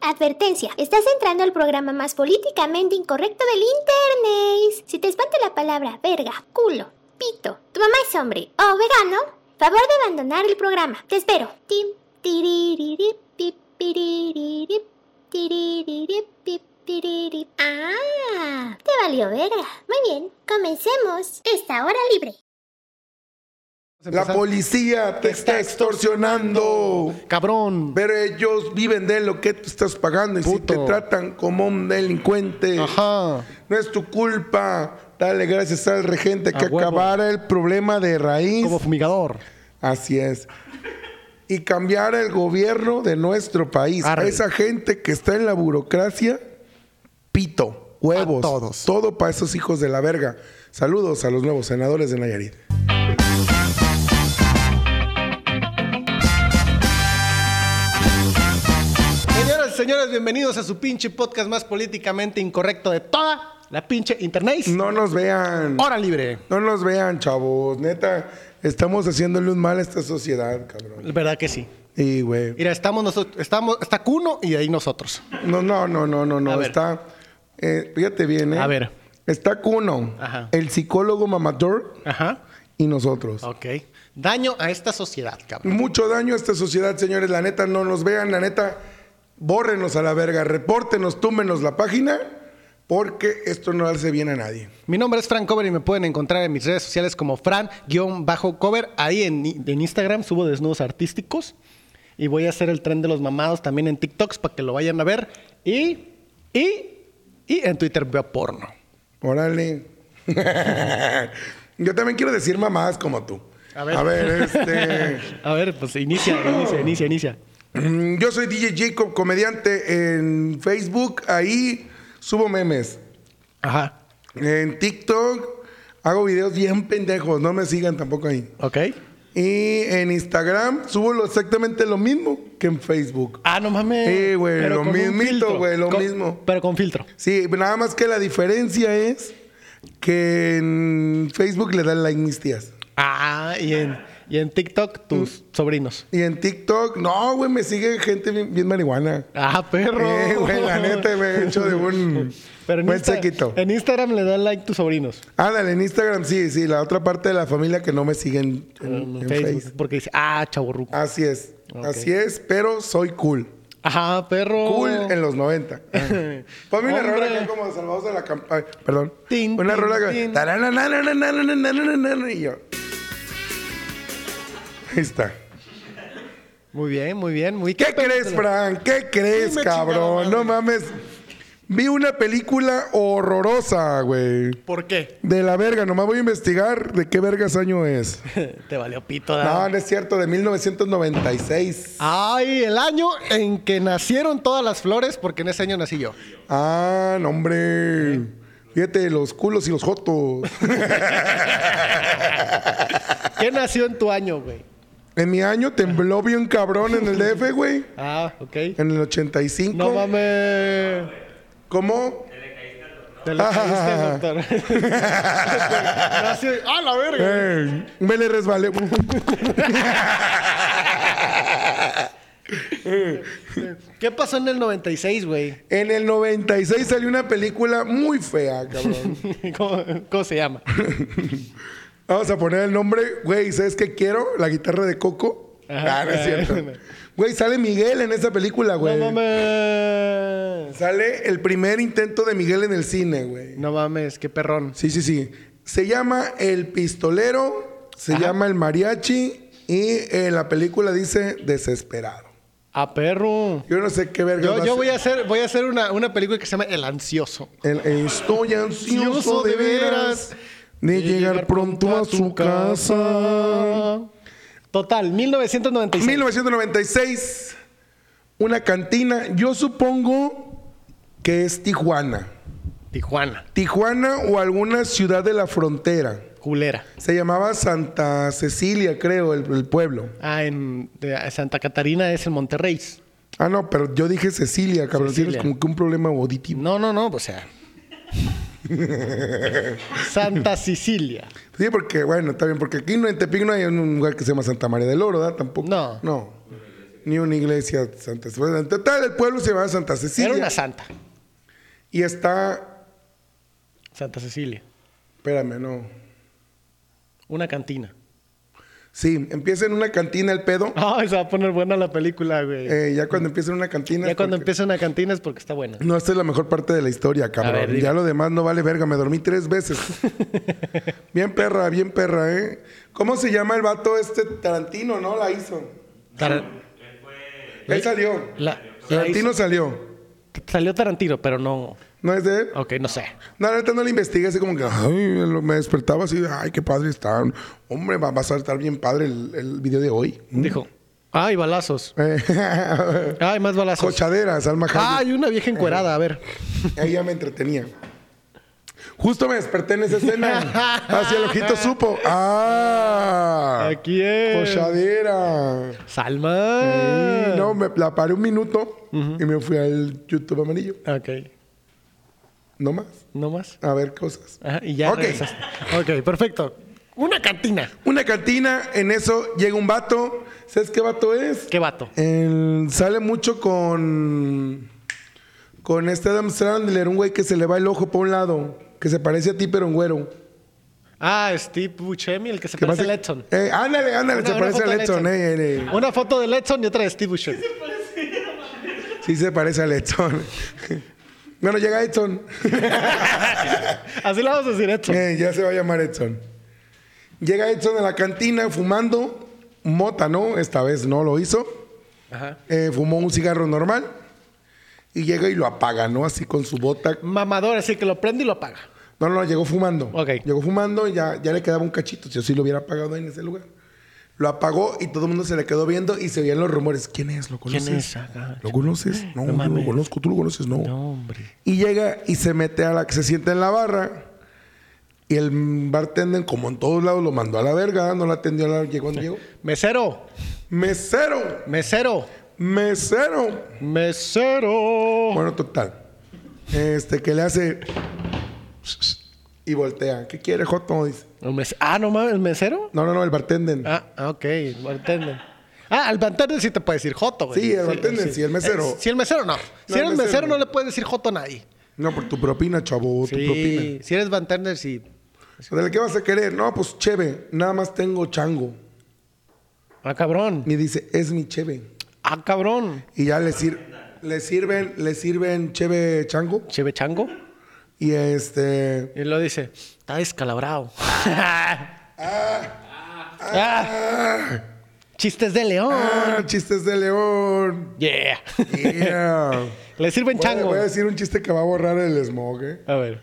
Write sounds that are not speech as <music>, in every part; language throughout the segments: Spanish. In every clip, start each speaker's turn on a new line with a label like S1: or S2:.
S1: Advertencia, estás entrando al programa más políticamente incorrecto del internet. Si te espanta la palabra verga, culo, pito, tu mamá es hombre o vegano, favor de abandonar el programa. Te espero. Tim, tiririri, pip, piririri, tiririri, pip, tiririri. Ah, te valió verga. Muy bien, comencemos. Esta hora libre.
S2: La policía te está extorsionando.
S3: Cabrón.
S2: Pero ellos viven de lo que tú estás pagando y
S3: Puto.
S2: si te tratan como un delincuente,
S3: Ajá.
S2: no es tu culpa. Dale gracias al regente que
S3: A huevo.
S2: acabara el problema de raíz.
S3: Como fumigador.
S2: Así es. Y cambiar el gobierno de nuestro país. A
S3: Arre.
S2: Esa gente que está en la burocracia, pito, huevos,
S3: A todos.
S2: todo para esos hijos de la verga. Saludos a los nuevos senadores de Nayarit.
S3: Señoras y señores, bienvenidos a su pinche podcast más políticamente incorrecto de toda la pinche internet.
S2: No nos vean.
S3: Hora libre.
S2: No nos vean, chavos. Neta, estamos haciéndole un mal a esta sociedad, cabrón.
S3: Verdad que sí.
S2: Y, güey.
S3: Mira, estamos nosotros, estamos, está Cuno y de ahí nosotros.
S2: No, no, no, no, no,
S3: A
S2: no.
S3: ver.
S2: Está. eh, fíjate bien, ¿eh?
S3: A ver.
S2: Está Cuno,
S3: Ajá.
S2: el psicólogo mamador
S3: Ajá.
S2: y nosotros.
S3: Ok. Daño a esta sociedad, cabrón.
S2: Mucho daño a esta sociedad, señores. La neta, no nos vean. La neta, bórrenos a la verga. Repórtenos, túmenos la página. Porque esto no hace bien a nadie.
S3: Mi nombre es Fran Cover y me pueden encontrar en mis redes sociales como Fran-Cover. Ahí en, en Instagram subo desnudos artísticos. Y voy a hacer el tren de los mamados también en TikToks para que lo vayan a ver. Y, y, y en Twitter veo porno.
S2: Órale. <laughs> Yo también quiero decir mamadas como tú.
S3: A ver.
S2: A ver, este.
S3: <laughs> A ver, pues inicia, inicia, inicia, inicia.
S2: Mm, Yo soy DJ Jacob, comediante en Facebook. Ahí subo memes.
S3: Ajá.
S2: En TikTok hago videos bien pendejos. No me sigan tampoco ahí.
S3: Ok.
S2: Y en Instagram subo lo- exactamente lo mismo que en Facebook.
S3: Ah, no mames.
S2: Sí, güey,
S3: Pero
S2: lo
S3: con un
S2: mismito,
S3: filtro.
S2: güey, lo
S3: Con-
S2: mismo.
S3: Pero con filtro.
S2: Sí, nada más que la diferencia es que en Facebook le dan like mis tías.
S3: Ah, y en, y en TikTok tus
S2: Mm.
S3: sobrinos.
S2: Y en TikTok, no, güey, me sigue gente bien, bien marihuana.
S3: Ah, perro.
S2: Eh, güey, la neta, me he hecho de un
S3: Pero en,
S2: buen
S3: Insta-
S2: sequito.
S3: en Instagram le dan like tus sobrinos.
S2: Ándale, en Instagram sí, sí, la otra parte de la familia que no me siguen en,
S3: en
S2: en
S3: Facebook,
S2: Face.
S3: Porque dice, ah, chaborruco.
S2: Así es,
S3: Ok.
S2: así es, pero soy cool.
S3: Ajá, perro.
S2: Cool
S3: <laughs>
S2: en los 90. Ponme una rola
S3: Hombre.
S2: que como de Salvados de la Campaña. Perdón.
S3: Tin,
S2: una
S3: tin,
S2: rola que.
S3: tin.
S2: Taranananananananananana, Y yo. Ahí está.
S3: Muy bien, muy bien. Muy
S2: ¿Qué crees, Fran? ¿Qué crees,
S3: Dime,
S2: cabrón?
S3: chingada
S2: No mames. Vi una película horrorosa, güey.
S3: ¿Por qué? <laughs>
S2: De la verga, nomás voy a investigar de qué vergas año es.
S3: Te valió pito.
S2: No,
S3: ¿verdad?
S2: no es cierto, de 1996.
S3: Ay, el año en que nacieron todas las flores, porque en ese año nací yo.
S2: Ah, no, hombre. Fíjate, los culos y
S3: <laughs>
S2: los jotos.
S3: ¿Qué nació en tu año, güey?
S2: En mi año tembló bien cabrón en el DF, güey.
S3: Ah, ok.
S2: En el 85.
S3: No mames.
S2: ¿Cómo?
S3: Te lo caíste,
S2: <laughs>
S3: doctor. <laughs> Nació- ¡Ah, la verga!
S2: Eh, me le resbalé.
S3: ¿Qué pasó en el 96, güey? <laughs>
S2: en el 96 salió una película muy fea, cabrón.
S3: ¿Cómo, cómo se llama?
S2: Vamos a poner el nombre, güey, ¿sabes qué quiero? La guitarra de Coco.
S3: Ajá.
S2: ah, no
S3: <laughs>
S2: es cierto. Güey, sale Miguel en esa película, güey.
S3: No mames.
S2: sale el primer intento de Miguel en el cine, güey.
S3: No mames, qué perrón.
S2: Sí, sí, sí. Se llama El Pistolero, se
S3: Ajá.
S2: llama El Mariachi y en la película dice Desesperado.
S3: A perro.
S2: Yo no sé qué verga.
S3: Yo,
S2: va
S3: yo
S2: ser.
S3: voy a hacer, voy a hacer una, una película que se llama El Ansioso.
S2: El, eh, estoy ansioso
S3: Ansioso
S2: de
S3: de
S2: veras de llegar pronto a su casa.
S3: Total, 1996.
S2: 1996, una cantina. Yo supongo que es Tijuana.
S3: Tijuana,
S2: Tijuana o alguna ciudad de la frontera.
S3: culera.
S2: Se llamaba Santa Cecilia, creo, el, el pueblo.
S3: Ah, en de- Santa Catarina es en Monterrey.
S2: Ah, no, pero yo dije Cecilia, cabrón.
S3: Cecilia.
S2: Tienes como que un problema auditivo.
S3: No, no, no, o <laughs> sea. Santa Sicilia.
S2: Sí, porque, bueno, está bien, porque aquí no, en Tepic no hay un lugar que se llama Santa María del Oro, ¿verdad? Tampoco.
S3: No.
S2: No. ni una iglesia de Santa Cecilia. Total, el pueblo se llama Santa Cecilia.
S3: Era una santa.
S2: Y está.
S3: Santa Cecilia.
S2: Espérame, no.
S3: Una cantina.
S2: Sí, empieza en una cantina el pedo.
S3: Ah, se va a poner buena la película, güey.
S2: Eh, ya cuando empieza en una cantina.
S3: ya cuando
S2: porque-
S3: empieza una cantina es porque está buena.
S2: No, esta es la mejor parte de la historia, cabrón.
S3: ver, dime.
S2: ya lo demás no vale verga, me dormí
S3: <laughs>
S2: tres veces. bien perra, bien perra, ¿eh? ¿Cómo se llama el vato este Tarantino, no? La hizo.
S3: Tar-
S2: Él salió.
S3: ¿Eh? la- la
S2: Tarantino salió.
S3: hizo- salió Tarantino, pero no.
S2: ¿No es de él?
S3: Ok, no sé.
S2: No, la neta no la investigué, así como que ay, lo- me despertaba así, ay, qué padre está. Hombre, va, va a estar bien padre el, el video de hoy. ¿Mm?
S3: Dijo: ¡Ay, balazos!
S2: Eh,
S3: ¡Ay, más balazos!
S2: <laughs> Cochaderas, Alma Hayek.
S3: ¡Ay, una vieja encuerada! A ver.
S2: <laughs> Ella me entretenía. Justo me desperté en esa escena. <laughs> Hacia el ojito supo. ¡Ah!
S3: Aquí es.
S2: Cochadera.
S3: ¡Salma!
S2: Y no, me la paré un minuto y me fui al YouTube amarillo.
S3: Ok,
S2: No más.
S3: no más.
S2: A ver cosas.
S3: Ajá, y ya
S2: Ok.
S3: regresaste. Ok, perfecto. Una cantina.
S2: Una cantina, en eso llega un vato. ¿Sabes qué vato es?
S3: ¿Qué vato?
S2: El- sale mucho con. Con este Adam Sandler, un güey que se le va el ojo por un lado, que se parece a ti, pero en güero.
S3: Ah, Steve Buscemi, el que se
S2: Que
S3: parece a
S2: pasa-
S3: Letson.
S2: Eh, ándale, ándale,
S3: Una-
S2: se
S3: una
S2: parece a
S3: foto de
S2: Letson, eh, eh, eh.
S3: Una foto de Letson y otra de Steve Buscemi.
S2: eh. Sí, se parece a Letson. <laughs> bueno, llega Edson.
S3: Así le vamos a decir Edson.
S2: <laughs> Eh, ya se va a llamar Edson. Llega Edson a la cantina fumando mota, ¿no? Esta vez no lo hizo.
S3: Ajá.
S2: Eh, fumó un cigarro normal y llega y lo apaga, ¿no? Así con su bota.
S3: Mamador, así que lo prende y lo apaga.
S2: No, no, llegó fumando.
S3: Ok.
S2: Llegó fumando y ya, ya le quedaba un cachito. Si yo sí lo hubiera apagado ahí en ese lugar. Lo apagó y todo el mundo se le quedó viendo y se oían los rumores. ¿Quién es? ¿Lo
S3: ¿Quién
S2: conoces?
S3: es? Ajá.
S2: ¿Lo conoces?
S3: No
S2: No, yo
S3: mames.
S2: lo conozco. ¿Tú lo conoces? No.
S3: No, hombre.
S2: Y llega y se mete a la... Se sienta en la barra. Y el bartender, como en todos lados, lo mandó a la verga. No la atendió. La, llegó cuando llegó.
S3: Mesero,
S2: ¡Mesero!
S3: mesero,
S2: ¡Mesero!
S3: mesero.
S2: Bueno, total. Este, que le hace. Y voltea. ¿Qué quiere, Joto? Dice.
S3: El mes- ah, no mames, el mesero.
S2: No, no, no, el bartender.
S3: Ah, ah, ok, el bartender. Ah, al bartender sí te puede decir joto, güey.
S2: Sí, el bartender, sí, el mesero.
S3: Eh, sí, el mesero no. Si
S2: el
S3: eres mesero,
S2: mesero
S3: no
S2: no.
S3: le puedes decir joto a nadie.
S2: No, por tu propina, chavo, tu
S3: Sí,
S2: propina.
S3: si eres bartender, sí.
S2: ¿De qué vas a querer? No, pues cheve. Nada más tengo chango.
S3: Ah, cabrón.
S2: Y dice, es mi cheve.
S3: Ah, cabrón.
S2: Y ya le, sir- le sirven, le sirven cheve chango.
S3: Cheve chango.
S2: Y este.
S3: Y lo dice, está <laughs> descalabrado. Ah,
S2: ¡Ah!
S3: chistes de león.
S2: ah, chistes de
S3: <laughs>
S2: león!
S3: Yeah.
S2: Yeah.
S3: Le sirven
S2: Voy a-
S3: chango.
S2: Voy a decir un chiste que va a borrar el smog, ¿eh?
S3: A ver.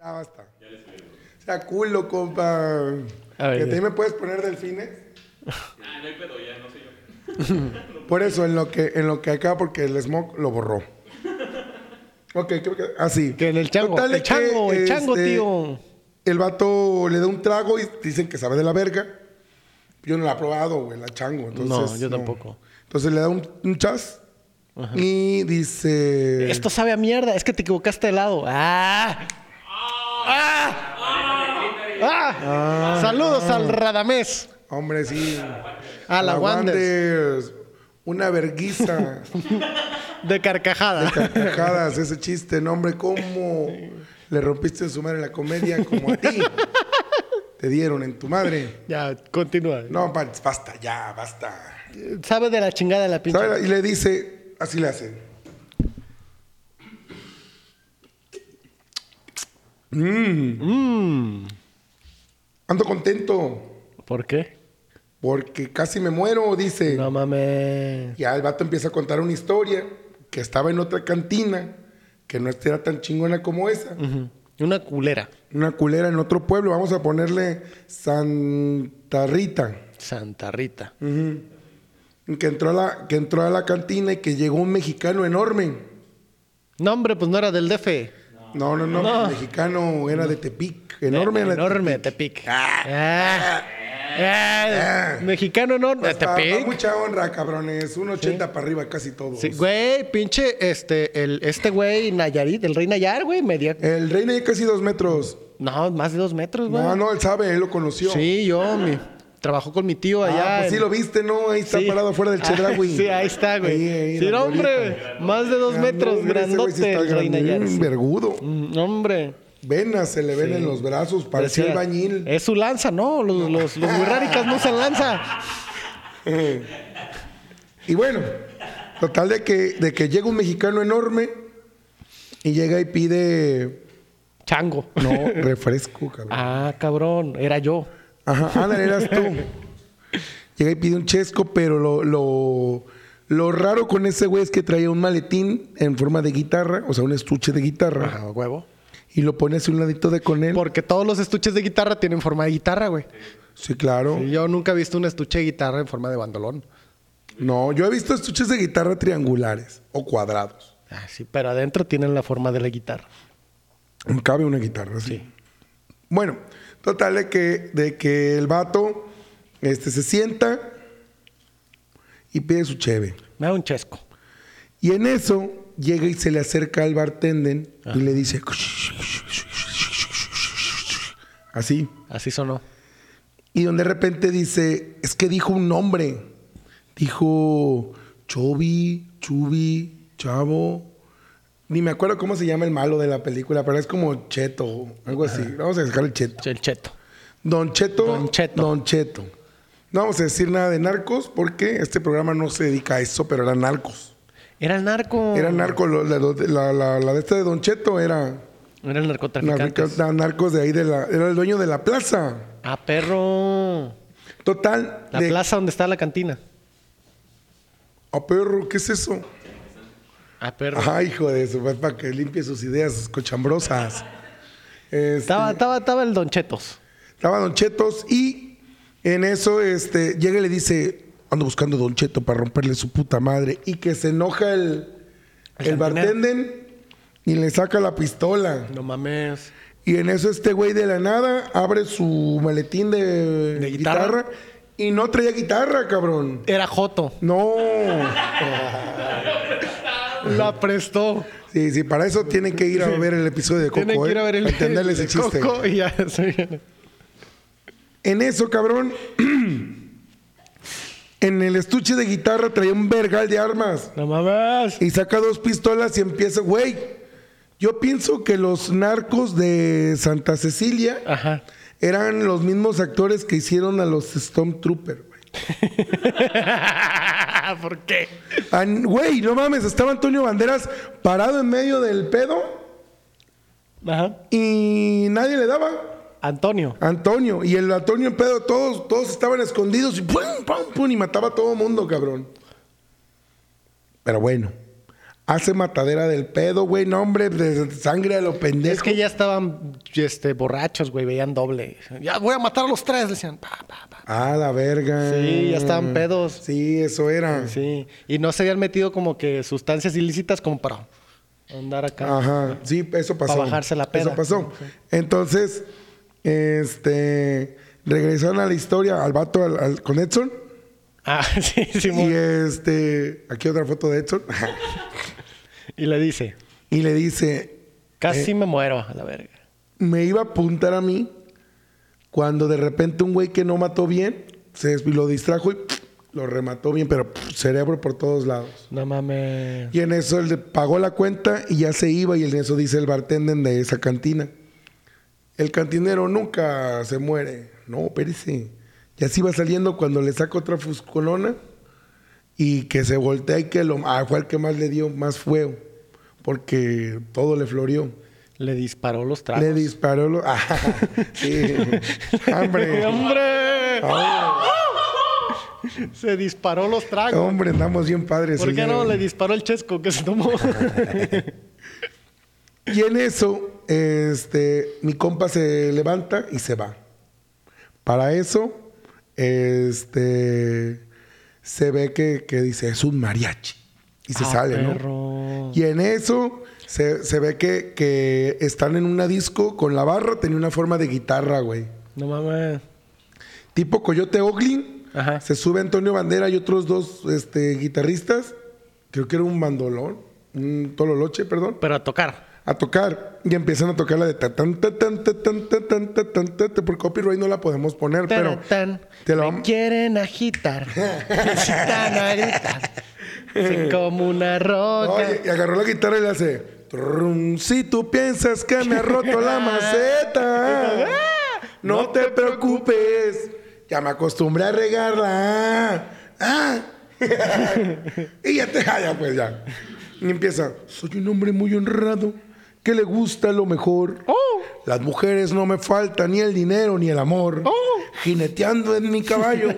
S2: Ya basta. O sea, culo, compa.
S3: A ver,
S2: ¿Que
S3: ya.
S2: te me puedes poner <laughs> delfines? Ah, no hay pedo, ya no soy yo. <laughs> Por eso, en lo que, en lo que acá, porque el smog lo <laughs> borró. Ok, creo que así.
S3: Que en el chango.
S2: Ah, Total
S3: el
S2: es que,
S3: chango, el chango,
S2: este,
S3: tío.
S2: El vato le da un trago y dicen que sabe de la verga. Yo no la he probado, güey, la chango. Entonces,
S3: No, yo tampoco.
S2: Entonces le da un, un chas y dice...
S3: Esto sabe a mierda, es que te equivocaste de lado. ¡Ah! ¡Ah! ¡Ah! Saludos al Radamés.
S2: Hombre, sí.
S3: A la
S2: Wanders. Una verguiza.
S3: De carcajada.
S2: Carcajadas, ese chiste, no, hombre, ¿cómo le rompiste en su madre la comedia como a ti? Te dieron en tu madre.
S3: <laughs> ya, continúa.
S2: No, pa- basta, ya, basta.
S3: Sabe de la chingada de la pinche.
S2: ¿Sabe? Y le dice, así le hace. Mm,
S3: Mm,
S2: ando contento
S3: ¿Por qué?
S2: porque casi me muero, dice.
S3: No mames.
S2: Ya el vato empieza a contar una historia que estaba en otra cantina, que no era tan chingona como esa.
S3: Ujú. Una culera.
S2: Una culera en otro pueblo, vamos a ponerle Santa Rita.
S3: Santa Rita.
S2: Que entró, a la, que entró a la cantina y que llegó un mexicano enorme.
S3: No, hombre, pues no era del DF.
S2: No, no, no,
S3: No.
S2: el mexicano era de Tepic. Enorme.
S3: Eh,
S2: era de
S3: Enorme,
S2: Tepic.
S3: Tepic. Ah. Eh, Mexicano, no.
S2: Pues pa- pa
S3: Tepec.
S2: mucha honra, cabrones. Un 80 para arriba casi todos.
S3: Sí, güey, pinche, este, el, este güey Nayarit, el rey Nayar, güey, medía,
S2: El rey medía casi dos metros.
S3: no, más de dos metros, güey.
S2: No, no, él sabe, él lo conoció.
S3: Sí, yo, mi, trabajó con mi tío
S2: Ah,
S3: allá.
S2: pues sí
S3: en-
S2: lo viste, ¿no? Ahí está
S3: Sí.
S2: parado afuera del
S3: <laughs> Ah,
S2: Chedraui.
S3: sí, ahí está, güey.
S2: Ahí, ahí,
S3: sí,
S2: la
S3: no, hombre,
S2: violeta.
S3: más de dos
S2: Ah, no,
S3: metros,
S2: hombre, ese güey sí
S3: grandote
S2: está
S3: el rey
S2: grande,
S3: Nayar.
S2: un vergudo.
S3: Mm, Hombre.
S2: Venas se le ven en los brazos, parecía
S3: Decía,
S2: albañil.
S3: Es su lanza, ¿no? Los, los, los wixárikas no usan lanza. eh.
S2: <laughs> Y bueno, total de que, de que llega un mexicano enorme y llega y pide. <laughs>
S3: Chango. <laughs>
S2: No, refresco, cabrón.
S3: Ah, cabrón, era yo.
S2: Ajá, ándale, eras <laughs> tú. Llega y pide un chesco, pero lo, lo, lo raro con ese güey es que traía un maletín en forma de guitarra, o sea, un estuche de guitarra,
S3: Ah, huevo.
S2: y lo pone así un ladito de con él.
S3: Porque todos los estuches de guitarra tienen forma de guitarra, güey.
S2: Sí, claro.
S3: Y Yo nunca he visto un estuche de guitarra en forma de bandolón.
S2: No, yo he visto estuches de guitarra triangulares o cuadrados.
S3: Ah, sí, pero adentro tienen la forma de la guitarra.
S2: Cabe una guitarra, sí. Bueno, total de que, de que el vato este, se sienta y pide su cheve.
S3: Me da un chesco.
S2: Y en eso llega y se le acerca al bartender y le dice. Así.
S3: Así sonó.
S2: Y donde de repente dice: Es que dijo un nombre. Dijo Chobi, Chubi, Chavo. Ni me acuerdo cómo se llama el malo de la película, pero es como Cheto o algo así. Vamos a dejar el Cheto.
S3: El cheto.
S2: Don Cheto.
S3: Don Cheto.
S2: Don Cheto. No vamos a decir nada de narcos porque este programa no se dedica a eso, pero eran narcos.
S3: Era el narco.
S2: Eran narcos, lo- la, la, la- la de esta de Don Cheto era
S3: Era el narcotraficante.
S2: narcos, narcos de ahí, de la, era el dueño de la plaza.
S3: Ah, perro.
S2: Total,
S3: La
S2: de-
S3: plaza donde está la cantina.
S2: a perro, ¿qué es eso?
S3: Ah, perro.
S2: Ajá, hijo de eso, pues para que limpie sus ideas, sus cochambrosas. Este,
S3: Estaba, estaba,
S2: estaba,
S3: estaba el Don Chetos.
S2: Don Chetos y en eso este, llega y le dice, ando buscando a Don Cheto para romperle su puta madre y que se enoja el,
S3: El cantinero.
S2: el, bartender y le saca la pistola.
S3: No mames.
S2: Y en eso este güey de la nada abre su maletín de,
S3: ¿De guitarra?
S2: guitarra? y no traía guitarra, cabrón.
S3: Era Joto.
S2: No.
S3: La prestó.
S2: Sí, sí, para eso tienen que ir a ver el episodio de Coco.
S3: Tienen que ir a
S2: ¿eh?
S3: ver el
S2: Para entenderle
S3: el
S2: ese
S3: <laughs>
S2: chiste.
S3: Coco y ya se viene.
S2: En eso, cabrón. <clears throat> en el estuche de guitarra traía un vergal de armas.
S3: No mames.
S2: Y saca dos pistolas y empieza, güey. Yo pienso que los narcos de Santa Cecilia
S3: Ajá. <laughs>
S2: eran los mismos actores que hicieron a los Stormtroopers, güey.
S3: ¿Por qué?
S2: An- Güey, no mames, estaba Antonio Banderas parado en medio del pedo
S3: Ajá.
S2: y nadie le daba.
S3: Antonio.
S2: Antonio, y el Antonio en pedo, todos, todos estaban escondidos y pum, pum, pum, y mataba a todo mundo, cabrón. Pero bueno, hace matadera del pedo, güey, no, hombre, de sangre a lo pendejo.
S3: Es que ya estaban este, borrachos, güey, veían doble. Ya voy a matar a los tres, decían. Pa, pa, pa.
S2: Ah, la verga.
S3: Sí, ya estaban pedos.
S2: Sí, eso era.
S3: Sí. Y no se habían metido como que sustancias ilícitas como para andar acá.
S2: Ajá, sí, eso pasó.
S3: Pa' bajarse la peda.
S2: Eso pasó. Entonces, este, regresaron a la historia al vato al- al- con Edson.
S3: Ah, <laughs> sí, sí.
S2: Y este, aquí otra foto de Edson. <laughs>
S3: Y le dice,
S2: y le dice,
S3: casi
S2: Eh.
S3: me muero a la verga.
S2: me iba a apuntar a mí cuando de repente un güey que no mató bien, se des- lo distrajo y lo remató bien, pero cerebro por todos lados.
S3: No mames.
S2: Y en eso él le pagó la cuenta y ya se iba. Y en eso dice el bartender de esa cantina. El cantinero nunca se muere. No, espérese. Y así va saliendo cuando le saca otra fuscolona y que se voltea y que lo, ah, fue el que más le dio más fuego. Porque todo le floreó.
S3: Le disparó los tragos.
S2: Le disparó. Lo, <laughs> ah, sí.
S3: <laughs>
S2: Ah. Hombre.
S3: ¡Hombre!
S2: Hombre,
S3: Se disparó los tragos.
S2: Hombre, andamos bien padres.
S3: ¿Por qué
S2: señor.
S3: no le disparó el chesco que se tomó?
S2: <laughs> Y en eso, este, mi compa se levanta y se va. Para eso, este, se ve que, que dice, es un mariachi. Y se
S3: Ah,
S2: sale,
S3: perro.
S2: ¿no? Y en eso, se, se ve que, que están en una disco con la barra, tenía una forma de guitarra, güey.
S3: no mames.
S2: tipo Coyote Oglin.
S3: Ajá.
S2: Se sube Antonio Bandera y otros dos este, guitarristas. Creo que era un bandolón, un tololoche, perdón.
S3: Pero a tocar.
S2: A tocar. Y empiezan a tocar la de ta tan ta tan ta tan ta tan ta tan ta, ta. Por copyright no la podemos poner, pero.
S3: Tararán.
S2: Te la
S3: Me
S2: vam-
S3: quieren
S2: <laughs>
S3: agitar. Necesitan ahorita. Soy como una roca.
S2: Oye, y agarró la guitarra y le hace. "Trum, si tú piensas que me ha roto <laughs> la maceta, no te preocupes. Ya me acostumbré a regarla. Ah. <laughs> y ya te jaya, pues ya. Y empieza. Soy un hombre muy honrado que le gusta lo mejor.
S3: Oh.
S2: Las mujeres no me faltan ni el dinero ni el amor.
S3: Oh.
S2: Jineteando en mi caballo.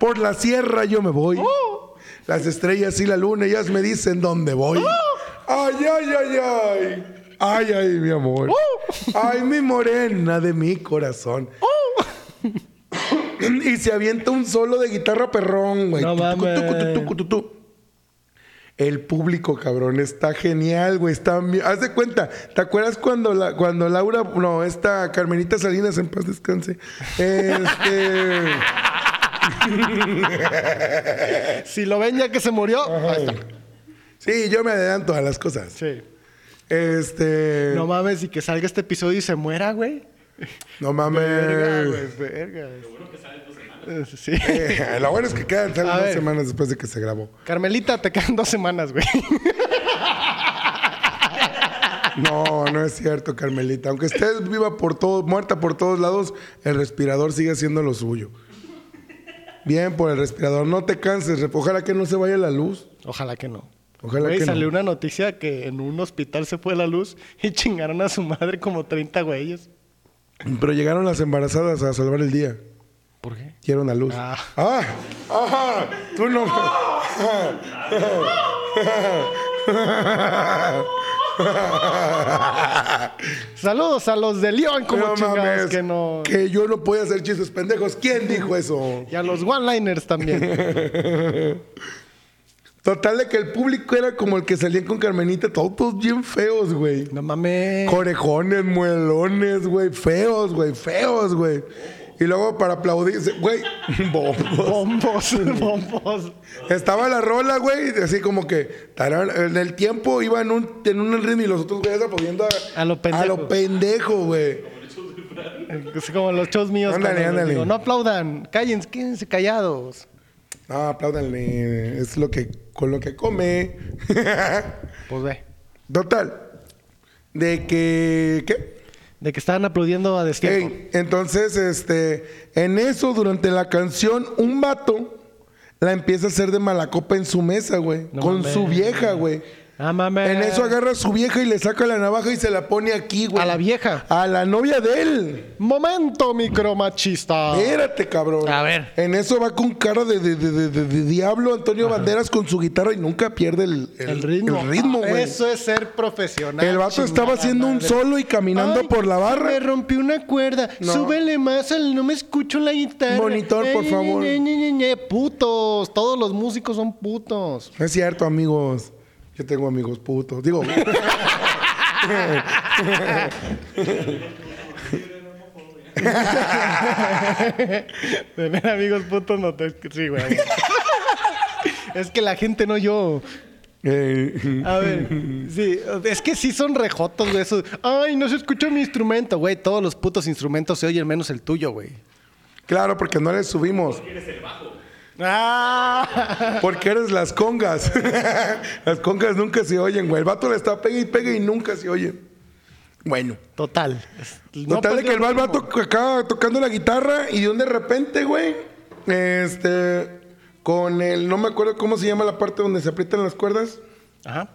S2: Por la sierra yo me voy.
S3: oh,
S2: Las estrellas y la luna, ellas me dicen dónde voy. Ay, ay, ay, ay. Ay, ay, mi amor.
S3: oh,
S2: Ay, mi morena de mi corazón.
S3: oh.
S2: <clears throat> y se avienta un solo de guitarra perrón, güey.
S3: No
S2: Tucu, tucu,
S3: mames.
S2: tucu, tucu, tucu. El público, cabrón, está genial, güey. Está... mi- Haz de cuenta, ¿te acuerdas cuando, la, cuando Laura, no, esta Carmenita Salinas, en paz descanse? Este.
S3: Si lo ven ya que se murió, <laughs> ahí está.
S2: Sí, yo me adelanto a las cosas.
S3: Sí.
S2: Este.
S3: No
S2: No,
S3: mames, y que salga este episodio y se muera, güey. Verga, güey,
S2: mames.
S3: verga. Eh, Sí.
S2: <laughs> Eh, lo bueno es que quedan salen
S3: A
S2: dos
S3: ver.
S2: semanas después de que se grabó.
S3: Carmelita, te quedan dos semanas, güey. <laughs>
S2: No, no es cierto, Carmelita. Aunque estés viva por todo, muerta por todos lados, el respirador sigue haciendo lo suyo. Bien por el respirador. No te canses. rep- Ojalá que no se vaya la luz.
S3: Ojalá que no.
S2: Ojalá
S3: Güey,
S2: que no.
S3: salió una noticia que en un hospital se fue la luz y chingaron a su madre como 30 güeyes.
S2: Pero llegaron las embarazadas a salvar el día.
S3: ¿Por qué?
S2: Quiero una luz.
S3: Ah.
S2: Ah. ah, tú no.
S3: Saludos a los de León, como
S2: No
S3: chingados
S2: mames,
S3: que no.
S2: que yo no podía hacer chistes pendejos. ¿Quién dijo eso?
S3: Y a los one-liners
S2: <laughs>
S3: también.
S2: Total de que el público era como el que salían con Carmenita, todos, todos bien feos, güey.
S3: no mames.
S2: Corejones, muelones, güey, feos, güey, feos, güey. Y luego para aplaudirse, güey, <laughs> bombos.
S3: Bombos, <laughs> bombos.
S2: Estaba la rola, güey, así como que tarara- en el tiempo iba en un, en un ritmo y los otros güeyes aplaudiendo a,
S3: A lo pendejo.
S2: a lo pendejo, güey.
S3: Es como los shows míos.
S2: Ándale,
S3: cuando les
S2: ándale.
S3: digo, no aplaudan, cállense, quédense callados.
S2: No, apláudanle, es lo que, con lo que come. <laughs>
S3: Pues ve.
S2: Total, de que, ¿qué?
S3: De que estaban aplaudiendo a destiempo.
S2: Ey, entonces, este, en eso, durante la canción, un vato la empieza a hacer de mala copa en su mesa, güey.
S3: No
S2: con
S3: mames.
S2: su vieja, güey.
S3: Ah, mames.
S2: En eso agarra a su vieja y le saca la navaja y se la pone aquí, güey.
S3: A la vieja.
S2: A la novia de él.
S3: Momento micromachista.
S2: Espérate, cabrón.
S3: Ah. A ver.
S2: En eso va con cara de, de- de- de- de- de diablo Antonio Banderas con su guitarra y nunca pierde el, el-
S3: El ritmo.
S2: el ritmo,
S3: Ah,
S2: güey.
S3: Eso es ser profesional.
S2: El vato
S3: chingada
S2: estaba haciendo un
S3: madre.
S2: solo y caminando
S3: Ay,
S2: por la
S3: se
S2: barra.
S3: Me rompí una cuerda.
S2: No.
S3: Súbele más al no me escucho la guitarra.
S2: Monitor, por
S3: Ñe,
S2: favor.
S3: Ñe, Ñe, Ñe, Ñe. Putos. Todos los músicos son
S2: <laughs>
S3: putos.
S2: No es cierto, amigos. Yo tengo amigos putos. Digo.
S3: Tener amigos putos no te. Sí, güey.
S2: <laughs>
S3: es que la gente no yo.
S2: eh, <laughs>
S3: A ver, sí, es que sí son rejotos, güey. esos. Ay, no se escucha mi instrumento, güey. Todos los putos instrumentos se oyen menos el tuyo, güey.
S2: claro, porque no les subimos.
S3: Ah.
S2: Porque eres las congas. <laughs> las congas nunca se oyen, güey. El vato le está pegue y pegue y nunca se oyen. Bueno.
S3: Total. No pues,
S2: Total de que el va el
S3: aprendió
S2: vato acá tocando la guitarra y de un de repente, güey, este, con el, no me acuerdo cómo se llama la parte donde se aprietan las cuerdas.
S3: Ajá.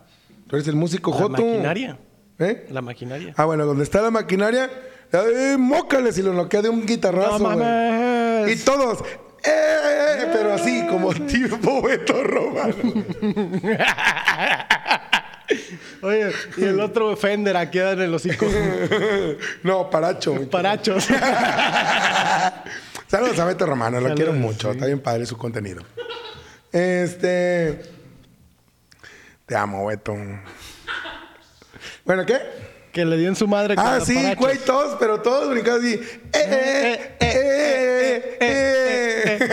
S2: Tú eres el músico
S3: La
S2: Joto.
S3: maquinaria.
S2: ¿Eh?
S3: La maquinaria.
S2: Ah, bueno, donde está la maquinaria, eh, mócales y lo noquea de un guitarrazo,
S3: No
S2: güey. Y
S3: mames.
S2: todos, ¡eh! eh, eh! Pero así, como tipo Beto Romano.
S3: Oye, y
S2: <laughs>
S3: el otro Fender aquí en el hocico.
S2: No, <laughs> Paracho.
S3: Parachos. <laughs>
S2: Saludos a Beto Romano, lo
S3: Saludos,
S2: quiero mucho.
S3: sí.
S2: Está bien padre su contenido. Este. Te amo, Beto. Bueno, ¿qué?
S3: que le dio en su madre. con
S2: Ah,
S3: los
S2: sí,
S3: parachos.
S2: güey, todos, pero todos brincados así. ¡Eh, eh, eh, eh, eh, eh,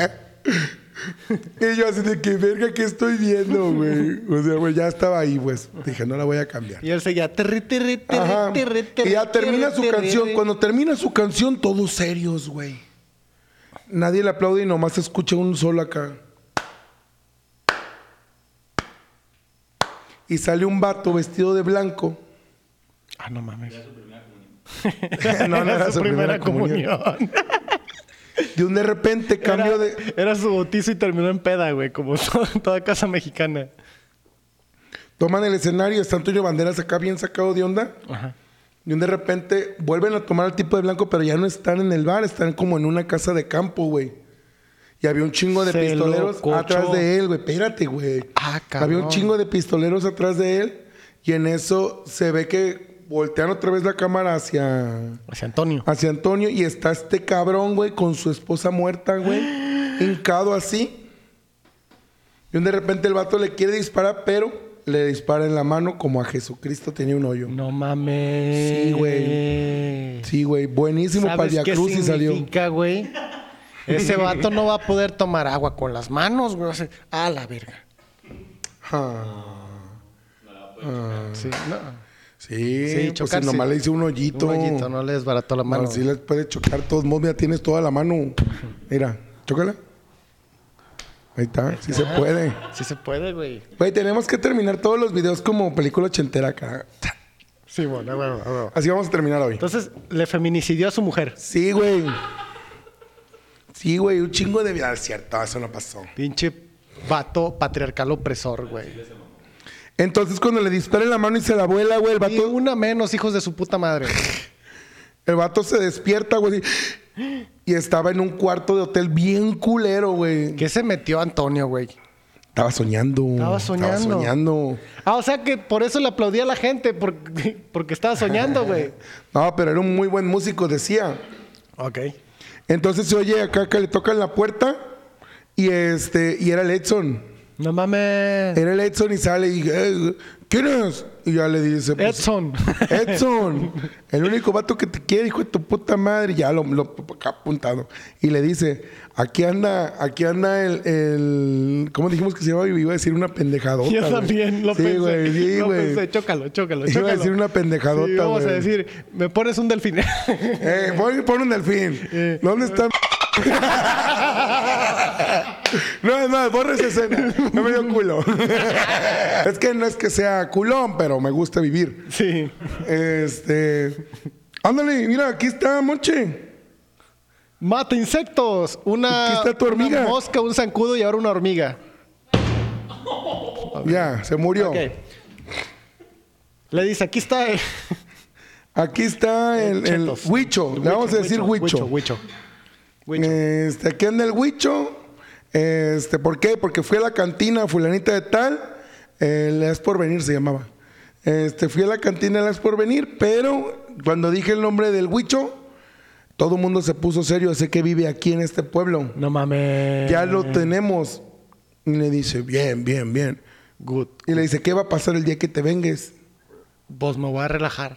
S2: eh. <laughs> Y yo así de que verga que estoy viendo, güey. O sea, güey, ya estaba ahí, pues. Dije, no la voy a cambiar.
S3: Y él seguía. "Terri, terri, terri,
S2: Ajá.
S3: terri,
S2: Y
S3: terri,
S2: ya termina
S3: terri,
S2: su
S3: terri,
S2: canción.
S3: terri".
S2: Cuando termina su canción, todos serios, güey. Nadie le aplaude y nomás se escucha un solo acá. Y sale un vato vestido de blanco.
S3: Ah, no mames. <laughs>
S2: No, no
S3: era su primera comunión.
S2: De un de repente <laughs> cambió
S3: era,
S2: de.
S3: era su bautizo y terminó en peda, güey, como <laughs> toda, toda casa mexicana.
S2: Toman el escenario, está Antonio Banderas acá bien sacado de onda.
S3: Ajá.
S2: Y de repente vuelven a tomar al tipo de blanco, pero ya no están en el bar, están como en una casa de campo, güey. Y había un chingo de
S3: Se lo
S2: pistoleros
S3: cochó.
S2: atrás de él, güey. Espérate, güey.
S3: Ah, cabrón.
S2: Había un chingo de pistoleros atrás de él. Y en eso se ve que voltean otra vez la cámara hacia,
S3: Hacia Antonio.
S2: hacia Antonio. Y está este cabrón, güey, con su esposa
S3: <gasps>
S2: muerta, güey. hincado así. Y de repente el vato le quiere disparar, pero le dispara en la mano como a Jesucristo tenía un hoyo.
S3: No mames.
S2: Sí, güey. Sí, güey, buenísimo para
S3: ¿Sabes qué
S2: Cruz y salió.
S3: significa, güey? Ese vato no va a poder tomar agua con las manos, güey. Así, A la verga.
S2: Ah,
S3: Ah, Sí, no.
S2: sí,
S3: Sí,
S2: pues
S3: chocarse.
S2: nomás le hice un hoyito.
S3: Un hoyito, no le desbarató la mano.
S2: No, sí les puede chocar todos modos, mira, tienes toda la mano. Mira, chócala. Ahí está, sí se puede.
S3: Sí se puede, güey.
S2: Güey, tenemos que terminar todos los videos como película ochentera acá.
S3: Sí, bueno, bueno, bueno.
S2: Así vamos a terminar hoy.
S3: Entonces, le feminicidió a su mujer.
S2: Sí, güey. Sí, güey, un chingo de vida. Cierto, eso no pasó.
S3: Pinche vato patriarcal opresor, güey.
S2: Entonces, cuando le dispara en la mano y se la vuela, güey, el
S3: Y
S2: vato,
S3: una menos, hijos de su puta madre.
S2: El vato se despierta, güey. así, Y estaba en un cuarto de hotel bien culero, güey.
S3: ¿Qué se metió Antonio, güey?
S2: Estaba soñando.
S3: Estaba soñando.
S2: Estaba soñando.
S3: Ah, o sea que por eso le aplaudía a la gente, porque, <laughs> porque estaba soñando, güey.
S2: No, pero era un muy buen músico, decía.
S3: Ok.
S2: Entonces se oye acá que le tocan la puerta y este y era el Edson.
S3: No mames.
S2: Era el Edson y sale y eh, ¿quién es? Y ya le dice, pues, <laughs>
S3: Edson.
S2: Edson, el único vato que te quiere, hijo de tu puta madre. Ya lo, lo acá apuntado. Y le dice, aquí anda, aquí anda el, el- ¿cómo dijimos que se llamaba? Iba a decir una pendejadota.
S3: <laughs> Yo
S2: güey.
S3: también lo
S2: sí,
S3: pensé.
S2: Güey, sí,
S3: lo
S2: güey.
S3: pensé. Chócalo, chócalo,
S2: Iba a
S3: chócalo.
S2: decir una pendejadota,
S3: Sí, vamos a
S2: güey.
S3: decir, me pones un delfín. <laughs>
S2: Eh, voy por un delfín.
S3: Eh.
S2: ¿Dónde está? no, es más, borra esa escena. No me dio culo. es que no es que sea culón, pero me gusta vivir.
S3: sí.
S2: Este. Ándale, mira, aquí está Monche.
S3: Mata insectos. Una,
S2: Aquí está tu
S3: una
S2: hormiga.
S3: mosca, un zancudo y ahora una hormiga.
S2: Ya, se murió.
S3: Ok. Le dice, aquí está el...
S2: Aquí está el, el
S3: Chetos.
S2: huicho. Le vamos a decir
S3: Huicho,
S2: huicho.
S3: huicho. Huicho.
S2: Este, aquí anda el huicho. Este, ¿por qué? Porque fui a la cantina fulanita de tal. El es por venir se llamaba. Este, fui a la cantina el es por venir, pero cuando dije el nombre del huicho, todo el mundo se puso serio. Sé que vive aquí en este pueblo.
S3: No mames.
S2: Ya lo tenemos. Y le dice, bien, bien, bien.
S3: Good.
S2: Y le dice, ¿qué va a pasar el día que te vengues?
S3: Vos me voy a relajar.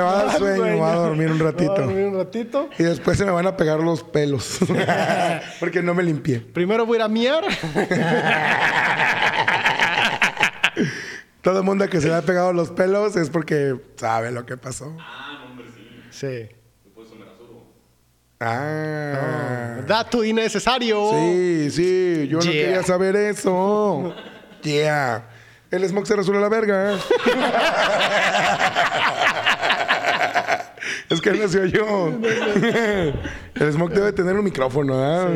S3: <laughs>
S2: va a dar Ah, sueño, me va a dormir un
S3: Voy a
S2: ratito.
S3: dormir un ratito.
S2: Y después se me van a pegar los pelos. <laughs> Porque no me limpié.
S3: <laughs> Primero voy a ir a miar.
S2: Todo el mundo que se le ha pegado los pelos es porque sabe lo que pasó.
S3: Sí.
S2: Ah.
S3: Dato innecesario.
S2: Sí, sí, yo no
S3: Yeah.
S2: quería saber eso. Yeah. El smoke se resuelve la verga. es que no se oyó. El smoke debe tener un micrófono. ¿ah?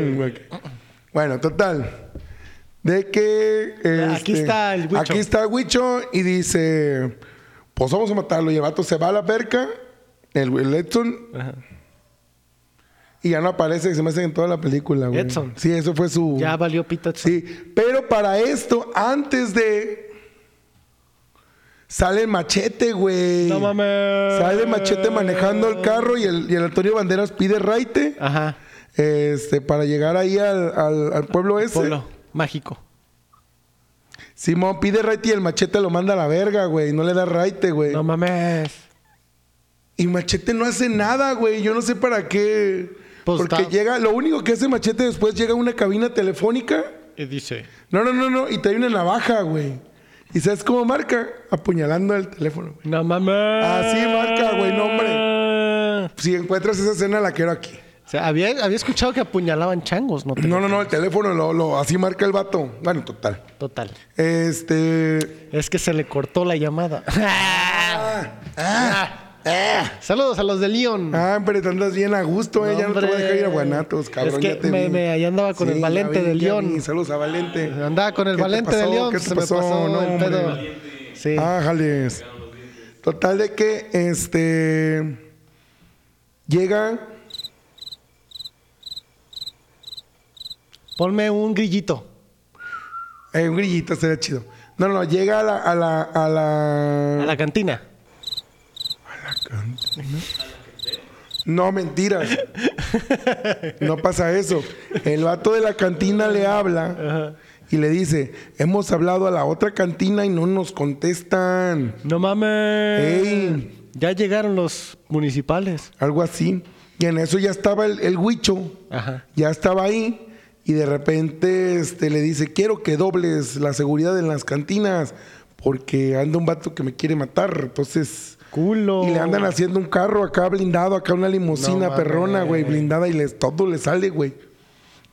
S2: Bueno, total. De que. este,
S3: Aquí está el huicho.
S2: Aquí está el huicho y dice: Pues vamos a matarlo. Y el vato se va a la verga. El, el Edson. Y ya no aparece, se me hace en toda la película, güey.
S3: Edson.
S2: Sí, eso fue su.
S3: Ya valió pito.
S2: Sí, pero para esto, antes de. Sale el machete, güey.
S3: No mames.
S2: Sale el machete manejando el carro y el, y el Antonio Banderas pide raite
S3: Ajá.
S2: este, para llegar ahí al, al- al pueblo ese.
S3: Pueblo mágico.
S2: Simón pide raite y el machete lo manda a la verga, güey. No le da raite, güey.
S3: No mames.
S2: Y Machete no hace nada, güey. Yo no sé para qué.
S3: Pues
S2: Porque
S3: está-
S2: llega, lo único que hace Machete después llega a una cabina telefónica.
S3: Y dice,
S2: No, no, no, no. Y trae una navaja, güey. ¿Y sabes cómo marca? Apuñalando al teléfono, güey.
S3: no mames.
S2: Así marca, güey, no,
S3: hombre.
S2: Si encuentras esa escena, la quiero aquí.
S3: O sea, había, había escuchado que apuñalaban changos, ¿no?
S2: No, no, no, el teléfono, lo, lo- así marca el vato. Bueno, total.
S3: Total.
S2: Este.
S3: Es que se le cortó la llamada. Saludos a los de León.
S2: Ah, pero te andas bien a gusto, eh. ya no te voy a dejar ir a Guanatos, cabrón.
S3: Es que
S2: ya te
S3: me-
S2: vi.
S3: me- ahí andaba con el
S2: ya
S3: Valente
S2: vi,
S3: de
S2: ya
S3: León.
S2: vi. Saludos a Valente.
S3: Andaba con el
S2: ¿Qué te
S3: valente de
S2: pasó?
S3: León.
S2: ¿Qué
S3: se
S2: te
S3: me
S2: pasó?
S3: pasó
S2: No,
S3: el
S2: hombre.
S3: pedo. Sí.
S2: Ah, jales. Total de que este llega
S3: Ponme un grillito.
S2: eh, un grillito, sería chido. No, no, llega a la a la a la,
S3: A la cantina.
S2: No, mentiras. No pasa eso. El vato de la cantina le habla y le dice, "Hemos hablado a la otra cantina y no nos contestan."
S3: No mames.
S2: Ey.
S3: Ya llegaron los municipales.
S2: Algo así. Y en eso ya estaba el, el huicho.
S3: Ajá.
S2: Ya estaba ahí. Y de repente este, le dice, quiero que dobles la seguridad en las cantinas. Porque anda un vato que me quiere matar. Entonces...
S3: Culo.
S2: Y le andan haciendo un carro acá blindado, acá una limusina
S3: No
S2: perrona,
S3: mames.
S2: güey, blindada. Y les, todo le sale, güey.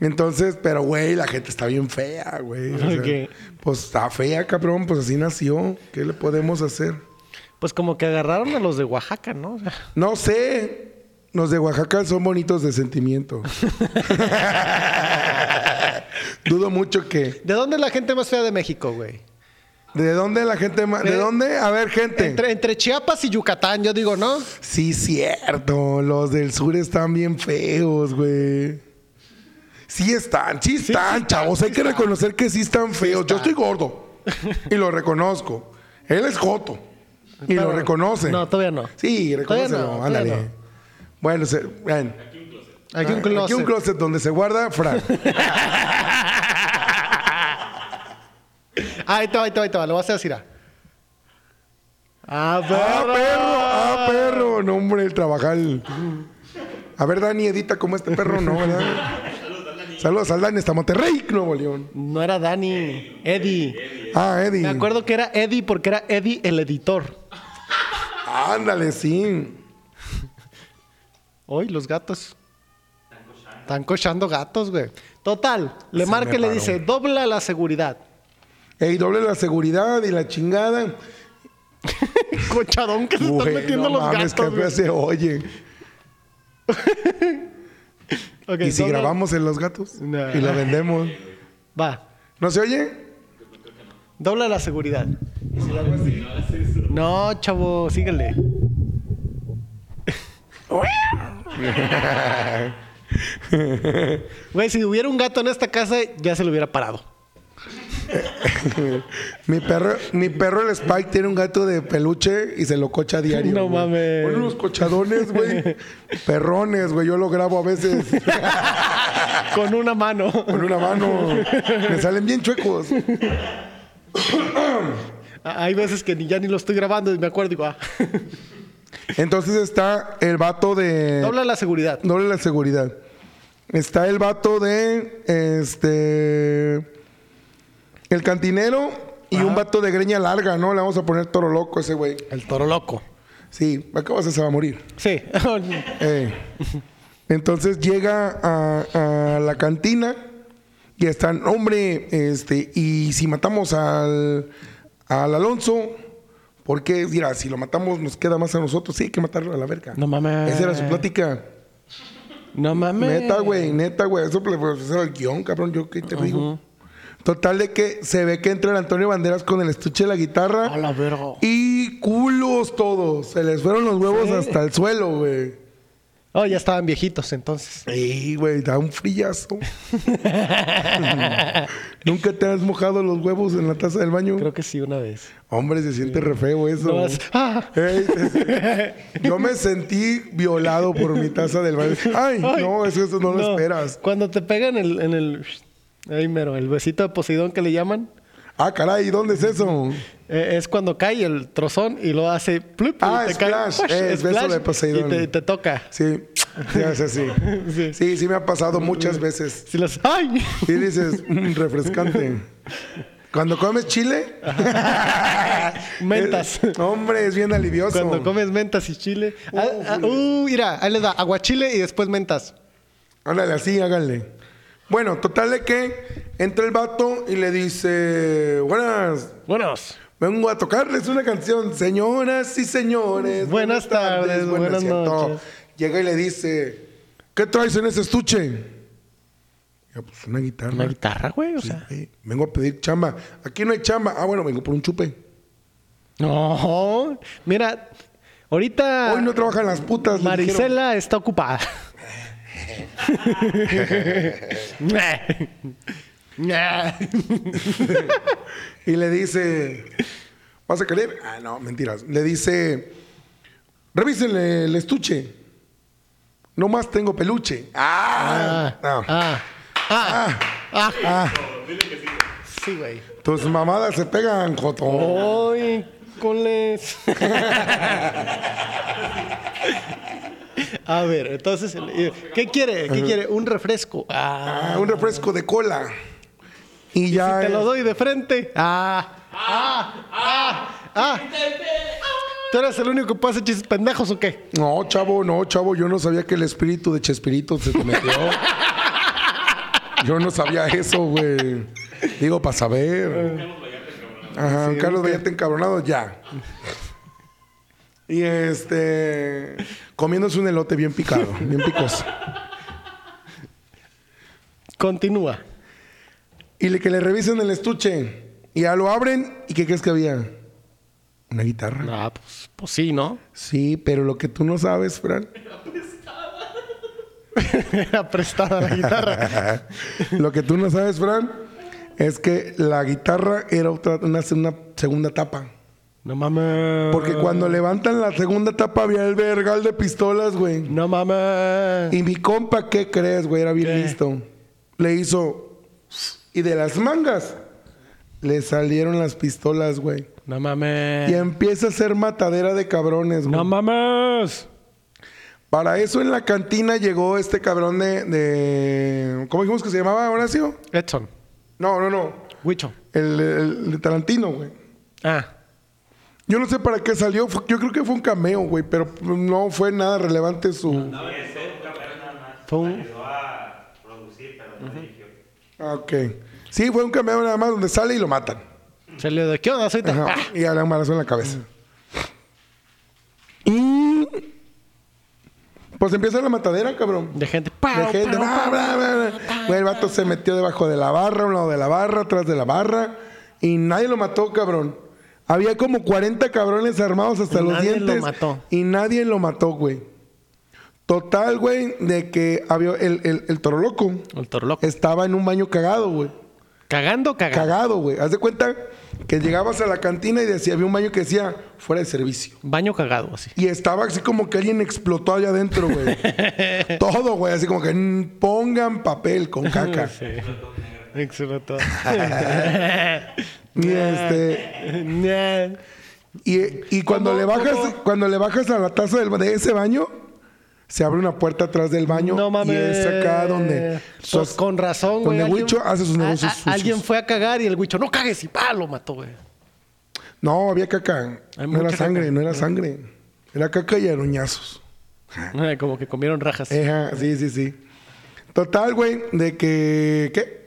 S2: Entonces, pero güey, la gente está bien fea, güey. O sea,
S3: Ok.
S2: Pues está fea, cabrón. Pues así nació. ¿Qué le podemos hacer?
S3: Pues como que agarraron a los de Oaxaca, ¿no? O sea,
S2: No sé. Los de Oaxaca son bonitos de sentimiento.
S3: <laughs>
S2: Dudo mucho que.
S3: ¿De dónde es la gente más fea de México, güey?
S2: ¿De dónde la gente más.? ¿De dónde? A ver, gente.
S3: Entre, entre Chiapas y Yucatán, yo digo, ¿no?
S2: Sí, cierto. Los del sur están bien feos, güey. Sí están, sí
S3: sí
S2: están,
S3: están,
S2: chavos.
S3: sí
S2: Hay que
S3: están.
S2: reconocer que sí están feos. Yo estoy gordo y lo reconozco. Él es joto y
S3: Pero-
S2: lo reconoce.
S3: No, todavía no.
S2: Sí,
S3: Todavía
S2: reconócelo,
S3: no, todavía
S2: ándale.
S3: no.
S2: Bueno, se- bueno.
S3: Aquí un
S2: Ah,
S3: closet.
S2: Aquí un closet donde se guarda
S3: <laughs>
S2: Fran.
S3: Ahí te va, ahí te va, ahí te va. Lo vas a decir. Ah,
S2: ¡Ah,
S3: perro.
S2: perro! ¡Ah, perro! No, hombre, el trabajar. A ver, Dani, edita como este perro, ¿no? ¿verdad? Saludos al Dani hasta Monterrey, Nuevo León.
S3: No era Dani, Eddie.
S2: Ah, Eddie.
S3: Me acuerdo que era Eddie porque era Eddie el editor.
S2: Ándale, sí.
S3: Hoy los gatos. Están cochando gatos, güey. Total, le
S2: Se
S3: marca
S2: me
S3: y le
S2: paró.
S3: dice, dobla la seguridad. <laughs>
S2: Ey, doble la seguridad y la chingada.
S3: Cochadón que se están
S2: Güey,
S3: metiendo
S2: no
S3: los
S2: mames,
S3: gatos.
S2: qué
S3: güey.
S2: feo se oye.
S3: Ok,
S2: ¿Y si
S3: dobla-
S2: grabamos en Los Gatos?
S3: No.
S2: Y lo vendemos.
S3: Va,
S2: ¿No se oye?
S3: dobla la seguridad. Y si la- No, chavo,
S2: <laughs>
S3: síguele. Güey, si hubiera un gato en esta casa, ya se lo hubiera parado.
S2: Mi perro, mi perro el Spike tiene un gato de peluche y se lo cocha
S3: <laughs>
S2: a diario.
S3: No
S2: güey.
S3: mames.
S2: Pone unos cochadones,
S3: <laughs>
S2: güey. Perrones, güey. Yo lo grabo a veces
S3: Con una
S2: <laughs>
S3: mano.
S2: con una mano. Me salen bien chuecos.
S3: Hay veces que ni, ya ni lo estoy grabando y me acuerdo y digo, ah.
S2: Entonces está el vato de.
S3: Dobla la seguridad.
S2: Doble la seguridad. Está el vato de. Este. El cantinero y un vato de greña larga, ¿no? Le vamos a poner toro loco a ese güey.
S3: El toro loco.
S2: Sí, acabas se va a morir.
S3: Sí. <laughs>
S2: Eh. Entonces llega a, a la cantina y están, hombre, este, y si matamos al, al Alonso, porque, mira, si lo matamos nos queda más a nosotros, sí, hay que matarlo a la verga.
S3: No mames.
S2: Esa era su plática.
S3: no mames.
S2: Neta, güey, neta, güey. Eso pues, pues, eso era el guión, cabrón. Yo qué te digo. Total de que se ve que entra el Antonio Banderas con el estuche de la guitarra.
S3: A la verga.
S2: Y culos todos. Se les fueron los huevos
S3: Sí.
S2: hasta el suelo, güey.
S3: Oh, ya estaban viejitos entonces.
S2: Sí, güey, da
S3: <laughs>
S2: un frillazo. Nunca te has mojado los huevos en la taza del baño.
S3: Creo que sí, una vez.
S2: Hombre, se siente re feo eso.
S3: No vas- ¡Ah!
S2: Ey, se- yo me sentí violado por mi taza del baño. Ay, no, eso, eso no lo esperas.
S3: Cuando te pegan el, en el. Ahí mero, el besito de Poseidón que le llaman.
S2: Ah, caray, ¿dónde es eso?
S3: Eh, es cuando cae el trozón y lo hace plup, y
S2: Ah,
S3: te cae,
S2: Splash.
S3: ¡push!
S2: eh, beso
S3: Splash,
S2: de Poseidón.
S3: Y te, te toca.
S2: Sí, sí, hace así.
S3: <laughs> Sí.
S2: Sí, sí me ha pasado muchas veces.
S3: Si los, ¡Ay!
S2: Y dices, "Mm, refrescante. Cuando comes chile.
S3: <laughs> Mentas.
S2: es- hombre, es bien alivioso.
S3: Cuando comes mentas y chile. Ah, ah, uh, mira, ahí les da aguachile y después mentas.
S2: Hágale así, hágale. Bueno, total de que entra el vato y le dice, buenas,
S3: Buenos.
S2: vengo a tocarles una canción, señoras y señores.
S3: Buenas tardes, buenas
S2: y a todo".
S3: noches.
S2: Llega y le dice, ¿qué traes en ese estuche? Ya, pues una guitarra.
S3: Una guitarra, güey, o
S2: Sí,
S3: sea.
S2: güey. vengo a pedir chamba. Aquí no hay chamba. Ah, bueno, vengo por un chupe.
S3: No. Mira, ahorita
S2: Hoy no trabajan las putas. le dijeron.
S3: Marisela está ocupada.
S2: Y le dice, ¿vas a querer? Ah, no, mentiras. Le dice, revísenle el estuche. No más tengo peluche. Ah,
S3: ah,
S2: no.
S3: ah, ah,
S2: Ah,
S3: ah.
S2: ah.
S3: Sí, güey.
S2: Tus mamadas se pegan, Joto.
S3: Oh. Ay, coles. A ver, entonces, ¿qué quiere? ¿Qué quiere? Un refresco. Ah.
S2: Ah, un refresco de cola. Y
S3: Si
S2: ya.
S3: te lo
S2: es-
S3: doy de frente. Ah, ah, ah, ah. ¿Tú eres el único que puede hacer chistes pendejos o qué?
S2: No, chavo, no, chavo, yo no sabía que el espíritu de Chespirito se te metió. yo no sabía eso, güey. Digo, para saber. Ajá, un Carlos Vallarte encabronado, ya. Y este. Comiéndose un elote bien picado, bien picoso.
S3: Continúa.
S2: Y le, que le revisen el estuche. Y ya lo abren. ¿Y qué crees que había? Una guitarra.
S3: Ah, pues, pues sí, ¿no?
S2: Sí, pero lo que tú no sabes, Fran.
S3: <laughs> Era prestada la guitarra.
S2: Lo que tú no sabes, Fran, es que la guitarra era otra, una, se- una segunda tapa.
S3: No mames.
S2: Porque cuando levantan la segunda tapa había el vergal de pistolas, güey.
S3: No mames.
S2: Y mi compa, ¿qué crees, güey? Era bien
S3: ¿Qué?
S2: listo. Le hizo... Y de las mangas le salieron las pistolas, güey.
S3: No
S2: Y
S3: mames.
S2: empieza a ser matadera de cabrones, güey.
S3: Eh. No mames.
S2: Para eso en la cantina llegó este cabrón de... de- ¿Cómo dijimos que se llamaba, Horacio?
S3: Edson.
S2: No, no, no.
S3: Huicho.
S2: El, el de Tarantino, güey.
S3: Ah.
S2: Yo no sé para qué salió. fue- Yo creo que fue un cameo, güey, pero no fue nada relevante su.
S3: Fue un...
S2: Ah, ok. Sí, fue un cameo nada más donde sale y lo matan.
S3: Se le dio... ¿Qué onda? Soy tan-
S2: Ajá.
S3: Ah.
S2: Y a la embarazo en la cabeza. Y. Pues empieza la matadera, cabrón.
S3: De gente.
S2: De
S3: Pau,
S2: gente.
S3: pau,
S2: bla,
S3: pau.
S2: bla, bla, bla. Güey, el vato se metió debajo de la barra, a un lado de la barra, atrás de la barra. Y nadie lo mató, cabrón. Había como 40 cabrones armados hasta los
S3: Nadie lo
S2: dientes.
S3: mató.
S2: Y nadie lo mató, güey. Total, güey, de que había el, el, el toro loco
S3: El toro loco.
S2: estaba en un baño cagado, güey.
S3: Cagando, cagando.
S2: Cagado, güey. Haz de cuenta que llegabas a la cantina y decía, había un baño que decía fuera de servicio.
S3: Baño cagado, así.
S2: Y estaba así como que alguien explotó allá
S3: <laughs>
S2: adentro, güey. Todo, güey. Así como que "Mm, pongan
S3: <laughs>
S2: papel con caca.
S3: Explotó. <laughs>
S2: <laughs> Y este.
S3: Nah.
S2: Y, y cuando
S3: ¿Cómo?
S2: le bajas,
S3: ¿Cómo?
S2: cuando le bajas a la taza del, de ese baño, se abre una puerta atrás del baño.
S3: No mames.
S2: Y es acá donde.
S3: Pues con razón, güey.
S2: Donde
S3: alguien-
S2: Huicho hace sus
S3: a-
S2: negocios.
S3: a-
S2: sucios.
S3: Alguien fue a cagar y el Huicho, no cagues y pa, lo mató, güey.
S2: No, había caca.
S3: Hay
S2: no era
S3: mucha
S2: sangre,
S3: caca.
S2: no era sangre. Era caca y aruñazos.
S3: Ay, Como que comieron rajas.
S2: Ejá, sí, sí, sí. Total, güey, de que. ¿Qué?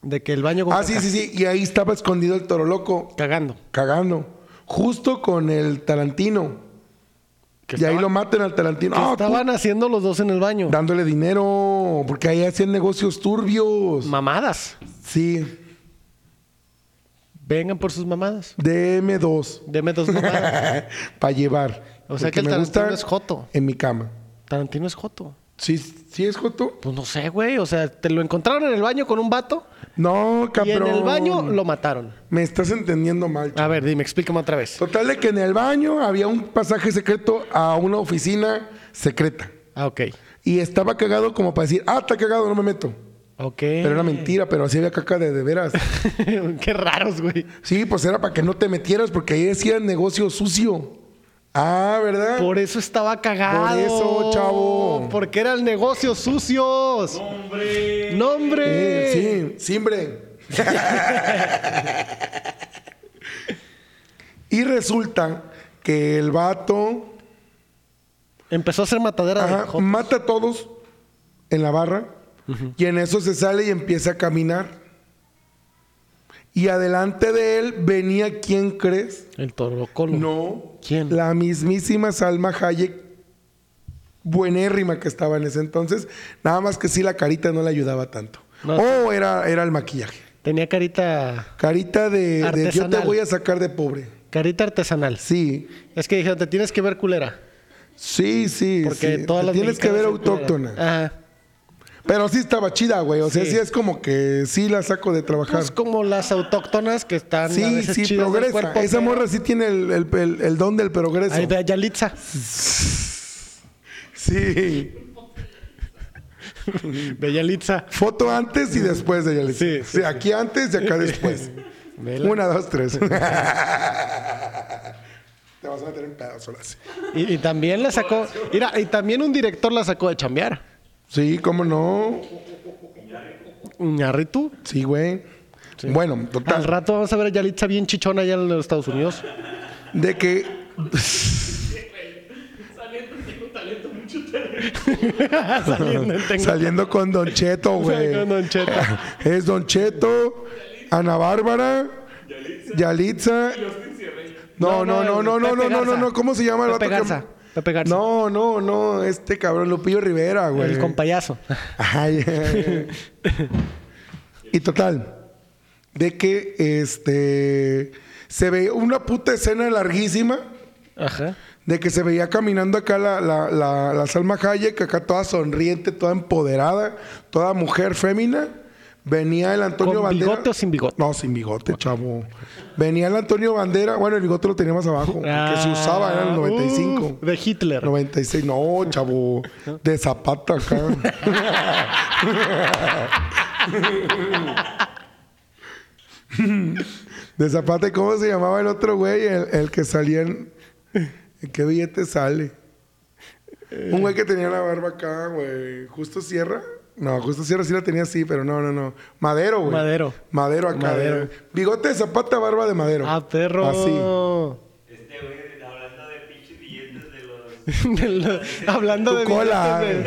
S3: De que el baño con
S2: Ah, sí,
S3: caca-
S2: sí, sí. Y ahí estaba escondido el toro loco,
S3: cagando.
S2: cagando. Justo con el Tarantino.
S3: Que
S2: y ahí
S3: estaban-
S2: lo maten al Tarantino.
S3: que
S2: Ah,
S3: estaban haciendo los dos en el baño.
S2: tú- Dándole dinero, porque ahí hacían negocios turbios.
S3: Mamadas.
S2: sí,
S3: Vengan por sus mamadas.
S2: dm dos.
S3: Deme dos mamadas.
S2: <laughs> Para llevar.
S3: O sea que
S2: Porque
S3: el
S2: me gusta
S3: Tarantino es joto.
S2: En mi cama.
S3: Tarantino es joto.
S2: ¿Sí, sí es Joto?
S3: Pues no sé, güey. O sea, te lo encontraron en el baño con un vato
S2: No, cabrón.
S3: y en el baño lo mataron.
S2: Me estás entendiendo mal.
S3: A ver, dime, explícame otra vez.
S2: Total de que en el baño había un pasaje secreto a una oficina secreta.
S3: Ah, ok.
S2: Y estaba cagado como para decir, ah, está cagado, no me meto.
S3: Ok. <laughs>
S2: Pero era mentira, pero así había caca de de veras.
S3: Qué raros, güey.
S2: Sí, pues era para que no te metieras, porque ahí decía negocio sucio. Ah, ¿verdad?
S3: Por eso estaba cagado.
S2: Por eso, chavo.
S3: Porque eran negocios sucios.
S4: Hombre.
S3: ¡Nombre!
S2: Eh, Sí, sí, simbre. y resulta que el vato
S3: Empezó a ser matadera
S2: ajá,
S3: de hop.
S2: mata a todos en la barra y en eso se sale y empieza a caminar. Y adelante de él venía, ¿quién crees?
S3: El torocolo.
S2: No.
S3: ¿Quién?
S2: La mismísima Salma Hayek, buenérrima que estaba en ese entonces. Nada más que sí, la carita no le ayudaba tanto.
S3: No,
S2: o era, era el maquillaje.
S3: Tenía carita.
S2: Carita de, de yo te
S3: Artesanal.
S2: voy a sacar de pobre.
S3: Carita artesanal.
S2: Sí,
S3: Es que dijeron, te tienes que ver culera.
S2: sí, sí.
S3: Porque
S2: sí.
S3: todas
S2: Te
S3: las
S2: Tienes que ver
S3: mexicanas son
S2: autóctona.
S3: culeras. Ajá.
S2: Pero sí estaba chida, güey. O sea,
S3: Sí.
S2: sí es como que sí la saco de trabajar.
S3: Pues como las autóctonas que están a
S2: Sí,
S3: veces
S2: sí,
S3: chidas del
S2: progresa.
S3: cuerpo,
S2: Esa
S3: pero-
S2: morra sí tiene el, el- el- el don del progreso.
S3: Ahí ve a Yalitza.
S2: Sí.
S3: De Yalitza.
S2: Foto antes y después de ella.
S3: Sí,
S2: Sí,
S3: sí,
S2: aquí antes y acá después.
S3: <laughs> Vela.
S2: Una, dos, tres. <laughs> Te vas a meter en pedazos ahora sí.
S3: Y, y también la sacó. Mira, y también un director la sacó de chambear.
S2: Sí, cómo no.
S3: Iñarritu.
S2: Sí, güey. Bueno,
S3: Al
S2: total.
S3: rato vamos a ver a Yalitza bien chichona allá en los Estados
S2: <laughs>
S3: Unidos.
S2: De que.
S3: Saliendo en Tengo-
S2: Saliendo con Don
S3: <laughs>
S2: Cheto, güey.
S3: Con Don Cheto.
S2: <laughs> es Don Cheto, Ana Bárbara, Yalitza. No, no, no, no, no, no,
S3: Pepe
S2: no, no, no.
S3: Garza.
S2: ¿Cómo se llama el
S3: Pepe
S2: vato que-
S3: Garza. Pepe Garza.
S2: No, no, no. Este cabrón, Lupillo Rivera, güey.
S3: El compayazo.
S2: Ay, eh. y total, de que este se ve una puta escena larguísima
S3: Ajá.
S2: de que se veía caminando acá la, la, la, la Salma Hayek, acá toda sonriente, toda empoderada, toda mujer fémina. Venía el Antonio
S3: ¿Con
S2: Bandera.
S3: bigote o sin bigote?
S2: No, sin bigote, chavo. Venía el Antonio Bandera. Bueno, el bigote lo tenía más abajo. que se usaba era el
S3: Ah,
S2: 95.
S3: uf, de Hitler.
S2: 96, no, chavo. De zapata acá. De zapata, ¿cómo se llamaba el otro güey? El, el que salía en. ¿En qué billete sale? Un güey que tenía la barba acá, güey. ¿Justo Sierra? No, Justo Sierra sí la tenía así, pero no, no, no. Madero, güey.
S3: Madero.
S2: Madero acá.
S3: Madero.
S2: de- bigote de zapata, barba de madero.
S3: Ah, perro.
S2: Así.
S4: Este güey, hablando de pinches billetes de los.
S3: <laughs> De lo- hablando
S2: Tu
S3: de,
S2: cola.
S3: billetes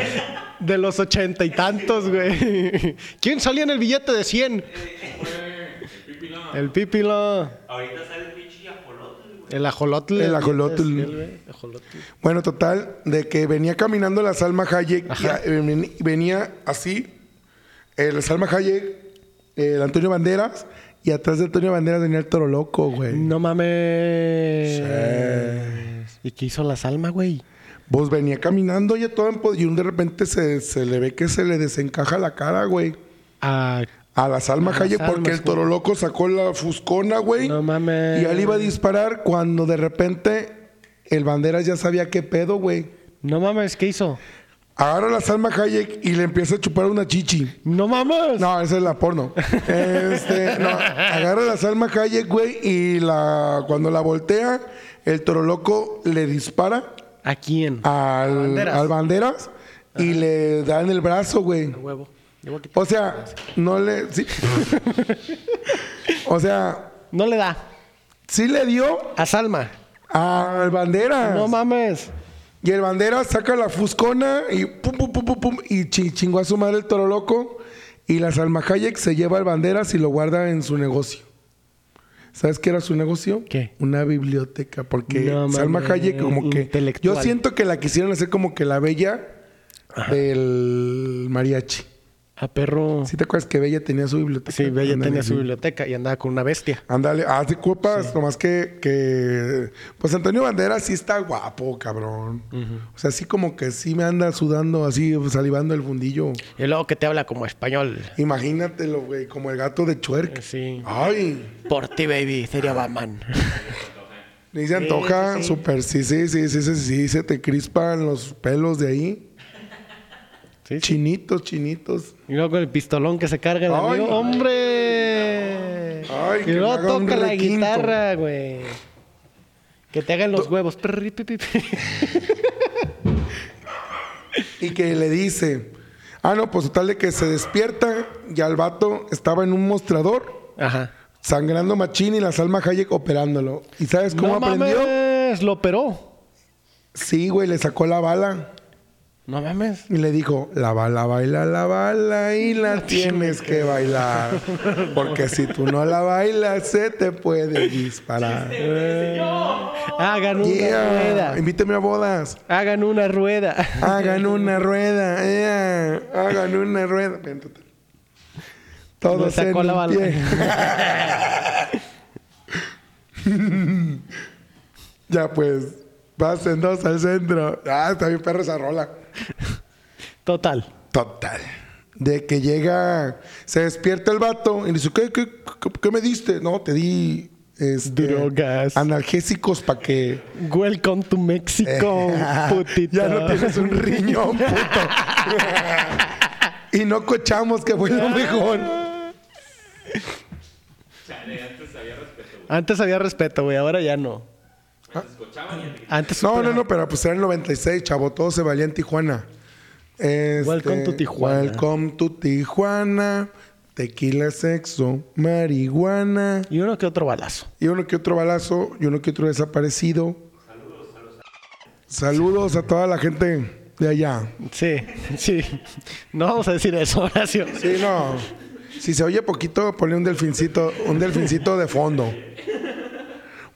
S3: de, de los ochenta y tantos, güey. ¿Quién salía en el billete de 100? El pipilo.
S4: Ahorita sale el pinche apolote, güey.
S3: El ajolotl.
S2: El ajolotl.
S3: billete de 100, güey. Ajolotl.
S2: Bueno, total, de que venía caminando la Salma Hayek,
S3: Ajá.
S2: y, eh, ven- venía así, eh, la Salma Hayek, el Antonio Banderas, y atrás de Antonio Banderas venía el toro loco, güey.
S3: No mames. ¿Y qué hizo la Salma, güey?
S2: Vos Pues venía caminando ya todo empo- y un de repente se, se le ve que se le desencaja la cara, güey.
S3: Ah,
S2: A la Salma
S3: A las
S2: Hayek, porque
S3: almas,
S2: el toro loco sacó la fuscona, güey.
S3: No mames.
S2: Y él iba a disparar cuando de repente el Banderas ya sabía qué pedo, güey.
S3: no mames, ¿qué hizo?
S2: Agarra a la Salma Hayek y le empieza a chupar una chichi.
S3: No mames.
S2: No, esa es la porno. Este, no, agarra la Salma Hayek, güey, y la, cuando la voltea, el toro loco le dispara
S3: ¿A quién?
S2: al,
S3: Banderas.
S2: al Banderas y le da en el brazo, güey.
S3: Huevo. Le voy a quitar-
S2: O sea, no le. sí. o sea,
S3: No le da.
S2: sí le dio
S3: A Salma.
S2: al Banderas.
S3: No mames.
S2: Y el bandera saca la fuscona y pum, pum, pum, pum, pum, y chi- chingó a su madre el toro loco. Y la Salma Hayek se lleva al banderas y lo guarda en su negocio. ¿Sabes qué era su negocio?
S3: ¿Qué?
S2: Una biblioteca, porque
S3: No
S2: Salma
S3: mames,
S2: Hayek como que...
S3: intelectual.
S2: Yo siento que la quisieron hacer como que la bella del mariachi.
S3: A perro.
S2: ¿Sí te acuerdas que Bella tenía su biblioteca?
S3: Sí, Bella
S2: Ándale,
S3: tenía su
S2: sí.
S3: biblioteca y andaba con una bestia.
S2: Ándale, haz de culpas, nomás que, que. Pues Antonio Banderas sí está guapo, cabrón. O sea, así como que sí me anda sudando, así salivando el fundillo.
S3: Y luego que te habla como español. Eh,
S2: Imagínatelo, güey, como el gato de Chuerk.
S3: Sí.
S2: Ay,
S3: Por ti, baby, sería Batman.
S2: ni se antoja, súper, sí, sí, sí, sí, sí, sí, se te crispan los pelos de ahí.
S3: Sí, sí.
S2: Chinitos, chinitos.
S3: Y luego con el pistolón que se carga el
S2: Ay,
S3: amigo.
S2: no.
S3: ¡Hombre!
S2: Ay,
S3: y
S2: que
S3: luego
S2: me haga un
S3: toca la
S2: requinto.
S3: guitarra, güey. Que te hagan los huevos. Prrri, pi, pi, pi.
S2: Y que le dice, ah, no, pues tal de que se despierta, ya el vato estaba en un mostrador,
S3: Ajá.
S2: sangrando machín y la Salma Hayek operándolo. ¿Y sabes cómo
S3: no
S2: aprendió?
S3: mames, lo operó.
S2: Sí, güey, le sacó la bala
S3: No mames.
S2: y le dijo, la bala baila la bala
S3: <laughs>
S2: y la tienes que bailar. Porque si tú no la bailas, se te puede disparar.
S3: Hagan una
S2: Yeah.
S3: rueda.
S2: Invíteme a bodas.
S3: Hagan una rueda.
S2: Hagan una rueda, ea, hagan una rueda. Bien, total. Todo
S3: Me sacó
S2: en
S3: la
S2: un
S3: bala.
S2: pie. <laughs> ya pues, pasen dos al centro. Ah, está bien perro esa rola.
S3: Total.
S2: Total. De que llega, se despierta el vato y le dice, ¿qué, qué, qué- qué me diste? No, te di... este,
S3: Drogas.
S2: Analgésicos para
S3: <laughs>
S2: que...
S3: Welcome to Mexico,
S2: <laughs>
S3: putito.
S2: Eh, Ya no tienes un riñón, puto. y no cochamos, que fue lo mejor.
S4: Chale, antes había respeto, güey.
S3: Antes había respeto, güey. Ahora ya no.
S4: Antes escuchaban y antes-
S3: Antes.
S2: ¿Ah? No,
S3: supera-
S2: no, no, pero pues era el 96, chavo. Todo se valía en Tijuana. Este,
S3: Welcome to Tijuana.
S2: Welcome to Tijuana. Tequila, sexo, marihuana.
S3: Y uno que otro balazo.
S2: Y uno que otro balazo y uno que otro desaparecido. Saludos a toda la gente de allá.
S3: Sí, <laughs> sí. No vamos a decir eso, Horacio.
S2: Sí, no. Si se oye poquito, ponle un delfincito, un delfincito de fondo.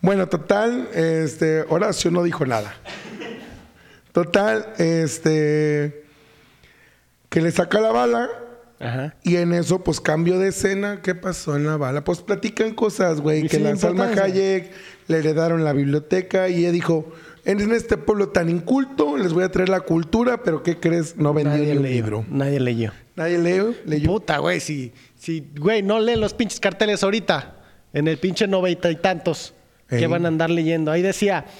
S2: Bueno, total, este, Horacio no dijo nada. Total, este, que le saca la bala
S3: Ajá.
S2: y en eso, pues cambio de escena. ¿Qué pasó en la bala? Pues platican cosas, güey,
S3: Y
S2: que
S3: sin
S2: la Salma
S3: importancia.
S2: Hayek le heredaron la biblioteca y ella dijo, en este pueblo tan inculto les voy a traer la cultura, pero ¿qué crees? No vendió ni un libro.
S3: Nadie leyó.
S2: Nadie leo, leyó.
S3: Puta, güey, si, si, güey, no leen los pinches carteles ahorita, en el pinche noventa y tantos,
S2: Ey.
S3: que van a andar leyendo. Ahí decía, <laughs>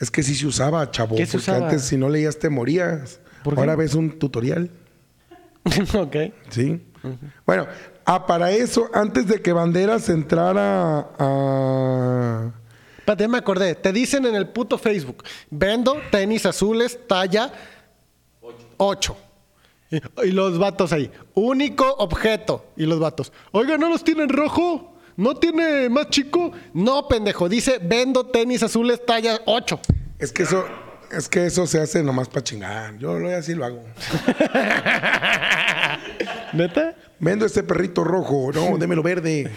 S2: Es que sí se usaba, chavo.
S3: ¿Qué se
S2: porque
S3: usaba?
S2: antes si no leías te morías.
S3: ¿Por qué?
S2: Ahora ves un tutorial.
S3: ok,
S2: Sí. Bueno, ah, para eso, antes de que Banderas entrara a- a...
S3: Espérate, ya me acordé, te dicen en el puto Facebook, vendo tenis azules talla 8. Y, y los vatos ahí, único objeto. Y los vatos, oiga, ¿no los tienen rojo? ¿No tiene más chico? No, pendejo, dice, vendo tenis azules talla 8.
S2: Es que eso... Es que eso se hace nomás para chingar. Yo lo así lo hago.
S3: ¿Neta?
S2: Vendo este perrito rojo. No, démelo verde.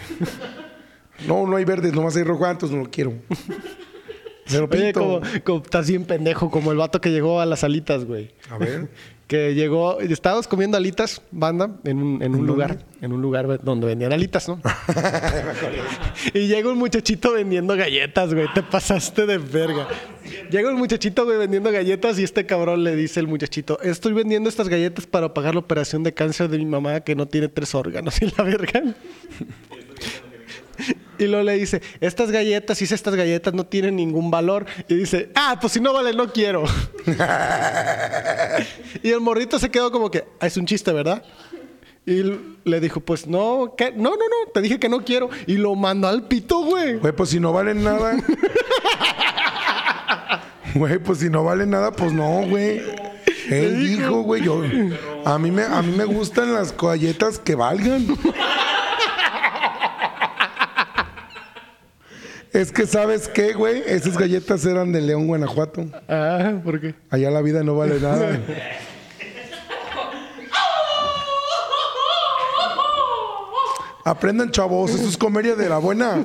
S2: No, no hay verdes, nomás hay rojo. Antes no lo quiero. Se lo
S3: Oye,
S2: pinto.
S3: como, como- estás bien pendejo, como el vato que llegó a las alitas, güey.
S2: A ver.
S3: Que llegó, estábamos comiendo alitas, banda, en un, en un lugar, en un lugar donde vendían alitas, ¿no? y llega un muchachito vendiendo galletas, güey, te pasaste de verga. Llega un muchachito, güey, vendiendo galletas y este cabrón le dice al muchachito, estoy vendiendo estas galletas para pagar la operación de cáncer de mi mamá que no tiene tres órganos <laughs> y la verga. Y luego le dice, estas galletas, hice estas galletas, no tienen ningún valor. Y dice, ah, pues si no vale, no quiero. y el morrito se quedó como que, "Ah, es un chiste, ¿verdad? Y l- le dijo, pues no, ¿qué? no, no, no, te dije que no quiero. Y lo mandó al pito, güey.
S2: Güey, pues si no valen nada. Güey, pues si no valen nada, pues no, güey. Él dijo, güey, yo. A mí, me, a mí me gustan las galletas que valgan. Es que, ¿sabes qué, güey? Esas galletas eran de León, Guanajuato.
S3: Ah, ¿por qué?
S2: Allá la vida no vale nada. Aprendan, chavos, eso es comedia de la buena.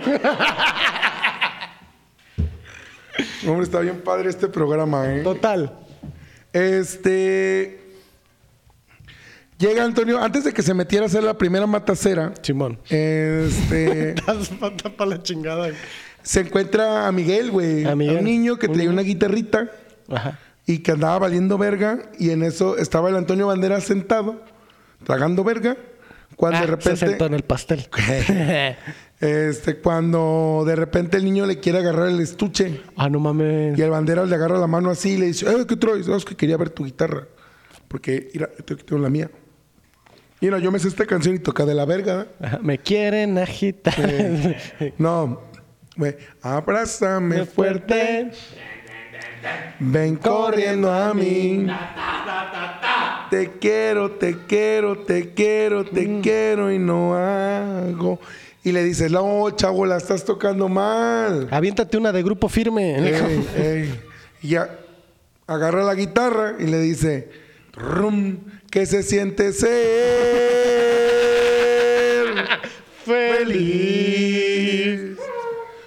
S2: Hombre, está bien padre este programa, ¿eh?
S3: Total. <laughs>
S2: Este. Llega Antonio, antes de que se metiera a hacer la primera matacera,
S3: Simón.
S2: este.
S3: Haz falta para la chingada. güey.
S2: se encuentra a Miguel, güey.
S3: A Miguel.
S2: Un niño que
S3: Un
S2: traía
S3: niño.
S2: una guitarrita.
S3: Ajá.
S2: y que andaba valiendo verga y en eso estaba el Antonio Banderas sentado tragando verga cuando
S3: Ah,
S2: de repente
S3: Se sentó en el pastel.
S2: este cuando de repente el niño le quiere agarrar el estuche
S3: <laughs> ah, no mames.
S2: Ah, y el Banderas le agarra la mano así y le dice, "Eh, ¿qué traes? No, es que quería ver tu guitarra." Porque, mira, yo tengo, tengo la mía. Mira, yo me sé esta canción y toca de la verga. ¿eh?
S3: Ajá, Me quieren <laughs> agitar.
S2: No. güey, abrázame
S3: Muy
S2: fuerte.
S3: fuerte.
S2: Ven corriendo a mí. Te quiero, te quiero, te quiero, te quiero y no hago. Y le dices, no, chavo, la estás tocando mal.
S3: Aviéntate una de grupo firme.
S2: Ey, ey. Y ya agarra la guitarra y le dice, rum, que se siente ser feliz.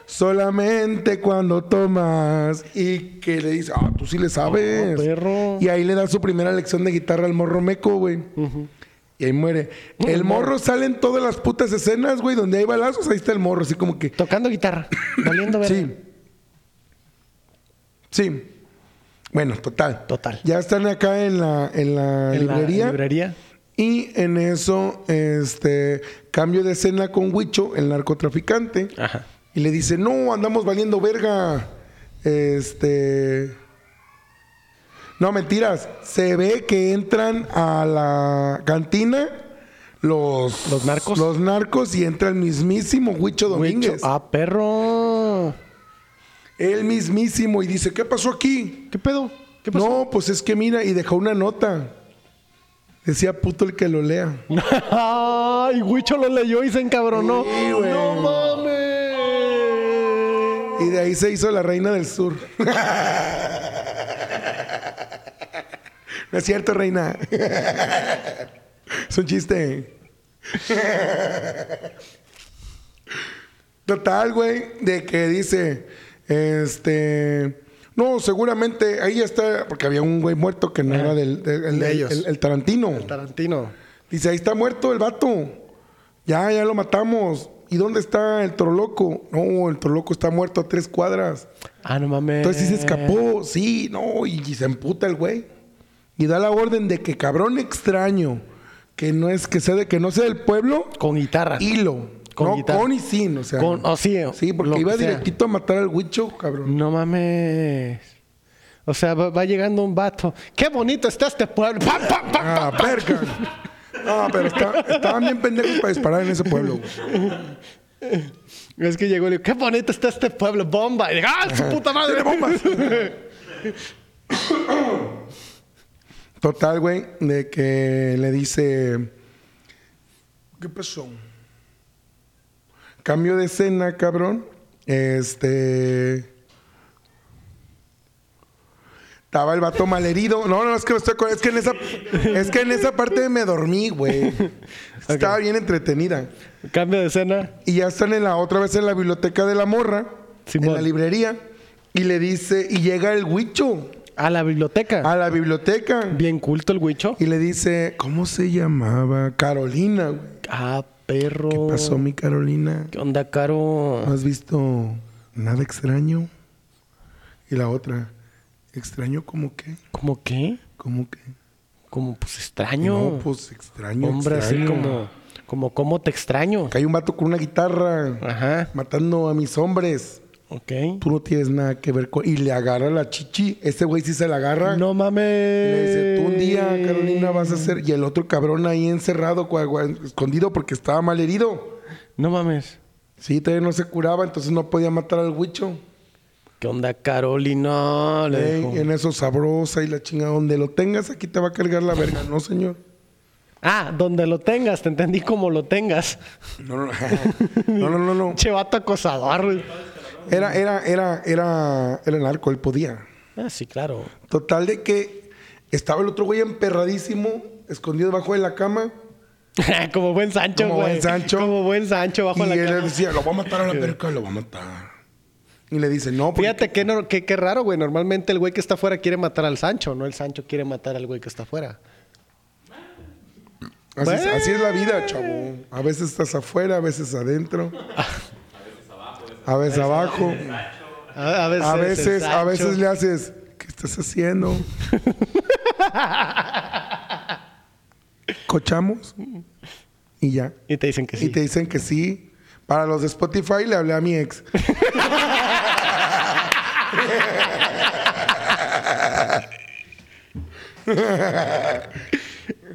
S2: Solamente cuando tomas y que le dice, ah, tú sí le sabes.
S3: Oh, perro.
S2: Y ahí le da su primera lección de guitarra al morro meco, güey. Y ahí muere. El morro sale en todas las putas escenas, güey, donde hay balazos, ahí está el morro, así como que...
S3: Tocando guitarra. Valiendo verga.
S2: Sí. Sí. Bueno, total.
S3: Total.
S2: Ya están acá en la, en la
S3: En la
S2: librería.
S3: librería.
S2: Y en eso, este, cambio de escena con Huicho, el narcotraficante.
S3: Ajá.
S2: Y le dice, no, andamos valiendo verga. Este... No, mentiras. Se ve que entran a la cantina los...
S3: Los narcos.
S2: Los narcos y entra el mismísimo Huicho Domínguez.
S3: Huicho. Ah, perro.
S2: Él mismísimo y dice, ¿qué pasó aquí?
S3: ¿Qué pedo? ¿Qué pasó?
S2: No, pues es que mira, y dejó una nota. Decía puto el que lo lea.
S3: <laughs> Ay, Huicho lo leyó y se encabronó.
S2: Sí, güey.
S3: no mames.
S2: Y de ahí se hizo la reina del sur. no es cierto, reina. es un chiste. Total, güey, de que dice, este, no, seguramente ahí está, porque había un güey muerto que no era del, del- el-
S3: De ellos.
S2: el- el Tarantino.
S3: Tarantino.
S2: Dice, ahí está muerto el vato. Ya, ya lo matamos. ¿Y dónde está el Toroloco? No, el Toroloco está muerto a tres cuadras.
S3: Ah, no mames.
S2: Entonces sí se escapó, sí, no, y, y se emputa el güey. Y da la orden de que cabrón extraño, que no es que sea de que no sea del pueblo,
S3: Con guitarra.
S2: hilo.
S3: Con
S2: no,
S3: guitarra.
S2: con y sin, o sea.
S3: Con- o sí,
S2: sí,
S3: lo
S2: porque iba
S3: que sea.
S2: directito a matar al huicho, cabrón.
S3: No mames. O sea, va, va llegando un vato. ¡Qué bonito está este pueblo! ¡Pam, pam, pam,
S2: Ah,
S3: pam, pam!
S2: perca. No, pero está- estaban bien pendejos para disparar en ese pueblo, güey.
S3: Es que llegó y le dijo, ¡Qué bonito está este pueblo! ¡Bomba! Y dije, ¡Ah, su
S2: <laughs>
S3: puta madre!
S2: ¡Tiene bombas! Total, güey, de que le dice. ¿Qué pasó? Cambio de escena, cabrón. Este. Estaba el vato malherido. No, no, es que, estoy con- es que en esa es que en esa parte me dormí, <laughs> güey. Estaba bien entretenida.
S3: <laughs> Cambio de escena.
S2: Y ya están en la otra vez en la biblioteca de la morra,
S3: Simón.
S2: en la librería, y le dice, y llega el huicho
S3: A la biblioteca.
S2: a la biblioteca
S3: Bien culto el huicho.
S2: Ah. y le dice, ¿cómo se llamaba? Carolina, güey.
S3: Ah, perro.
S2: ¿Qué pasó, mi Ah. Carolina?
S3: ¿Qué onda, caro?
S2: ¿No has visto nada extraño? Y la otra, extraño como qué,
S3: ¿Cómo qué?
S2: como qué.
S3: Como pues extraño.
S2: No, pues extraño,
S3: Hombre, así
S2: extraño.
S3: como, como, ¿cómo te extraño?
S2: Que hay un vato con una
S3: Ah.
S2: guitarra
S3: Ajá.
S2: matando a mis hombres.
S3: Ok.
S2: Tú no tienes nada que ver con... Y le agarra la chichi. Este güey sí se la agarra.
S3: No mames.
S2: Y le dice, tú un día, Carolina, vas a ser... Y el otro cabrón ahí encerrado, cua- cua- escondido porque estaba mal herido.
S3: No mames.
S2: Sí, todavía no se curaba, entonces no podía matar al huicho.
S3: ¿Qué onda, Carolina? Le
S2: Ey,
S3: dijo.
S2: y en eso sabrosa y la chinga, donde lo tengas, aquí te va a cargar la verga. No, señor.
S3: Ah, donde lo tengas, te entendí como lo
S2: <laughs>
S3: tengas.
S2: No, no, no, no, no, no.
S3: Che vato acosador. güey.
S2: Era, era, era, era, era narco, él podía.
S3: Ah, sí, claro. <laughs>
S2: Total de que estaba el otro güey emperradísimo, escondido debajo de la cama.
S3: como buen Sancho,
S2: Como
S3: güey.
S2: buen Sancho.
S3: Como buen Sancho bajo
S2: y
S3: la
S2: él
S3: cama.
S2: decía, lo va a matar a la verga, lo va a matar. Y le dice, no, porque-
S3: Fíjate qué, no- qué- qué raro, güey. Normalmente el güey que está afuera quiere matar al Sancho, no el Sancho quiere matar al güey que está afuera.
S2: Así, es, así es la vida, chavo. A veces estás afuera, a veces <laughs> adentro. A veces abajo.
S3: A, veces,
S2: A
S3: el
S2: veces,
S3: Sancho-
S2: a veces le haces, ¿qué
S3: <laughs>
S2: estás haciendo? Cochamos y ya.
S3: Y te dicen que sí.
S2: Y te dicen que sí. Para los de Spotify le hablé a mi ex.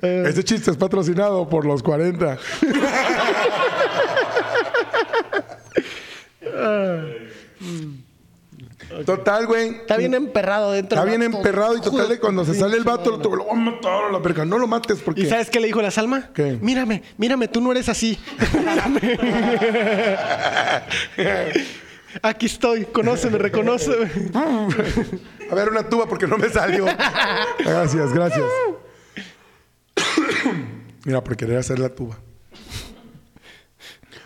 S2: Este chiste es patrocinado por los 40. Total, güey.
S3: Está bien emperrado dentro.
S2: Está
S3: el
S2: bien
S3: vato.
S2: emperrado y total de cuando se
S3: Sí,
S2: sale el
S3: sí,
S2: vato, lo lo voy a matar a la verga. No lo mates porque.
S3: ¿Y sabes qué le dijo la Salma?
S2: ¿Qué?
S3: Mírame, mírame, tú no eres
S2: <laughs>
S3: así. Mírame. Aquí estoy, conóceme, reconóceme.
S2: A ver, una tuba porque no me salió. Gracias, gracias. Mira, por querer hacer la tuba.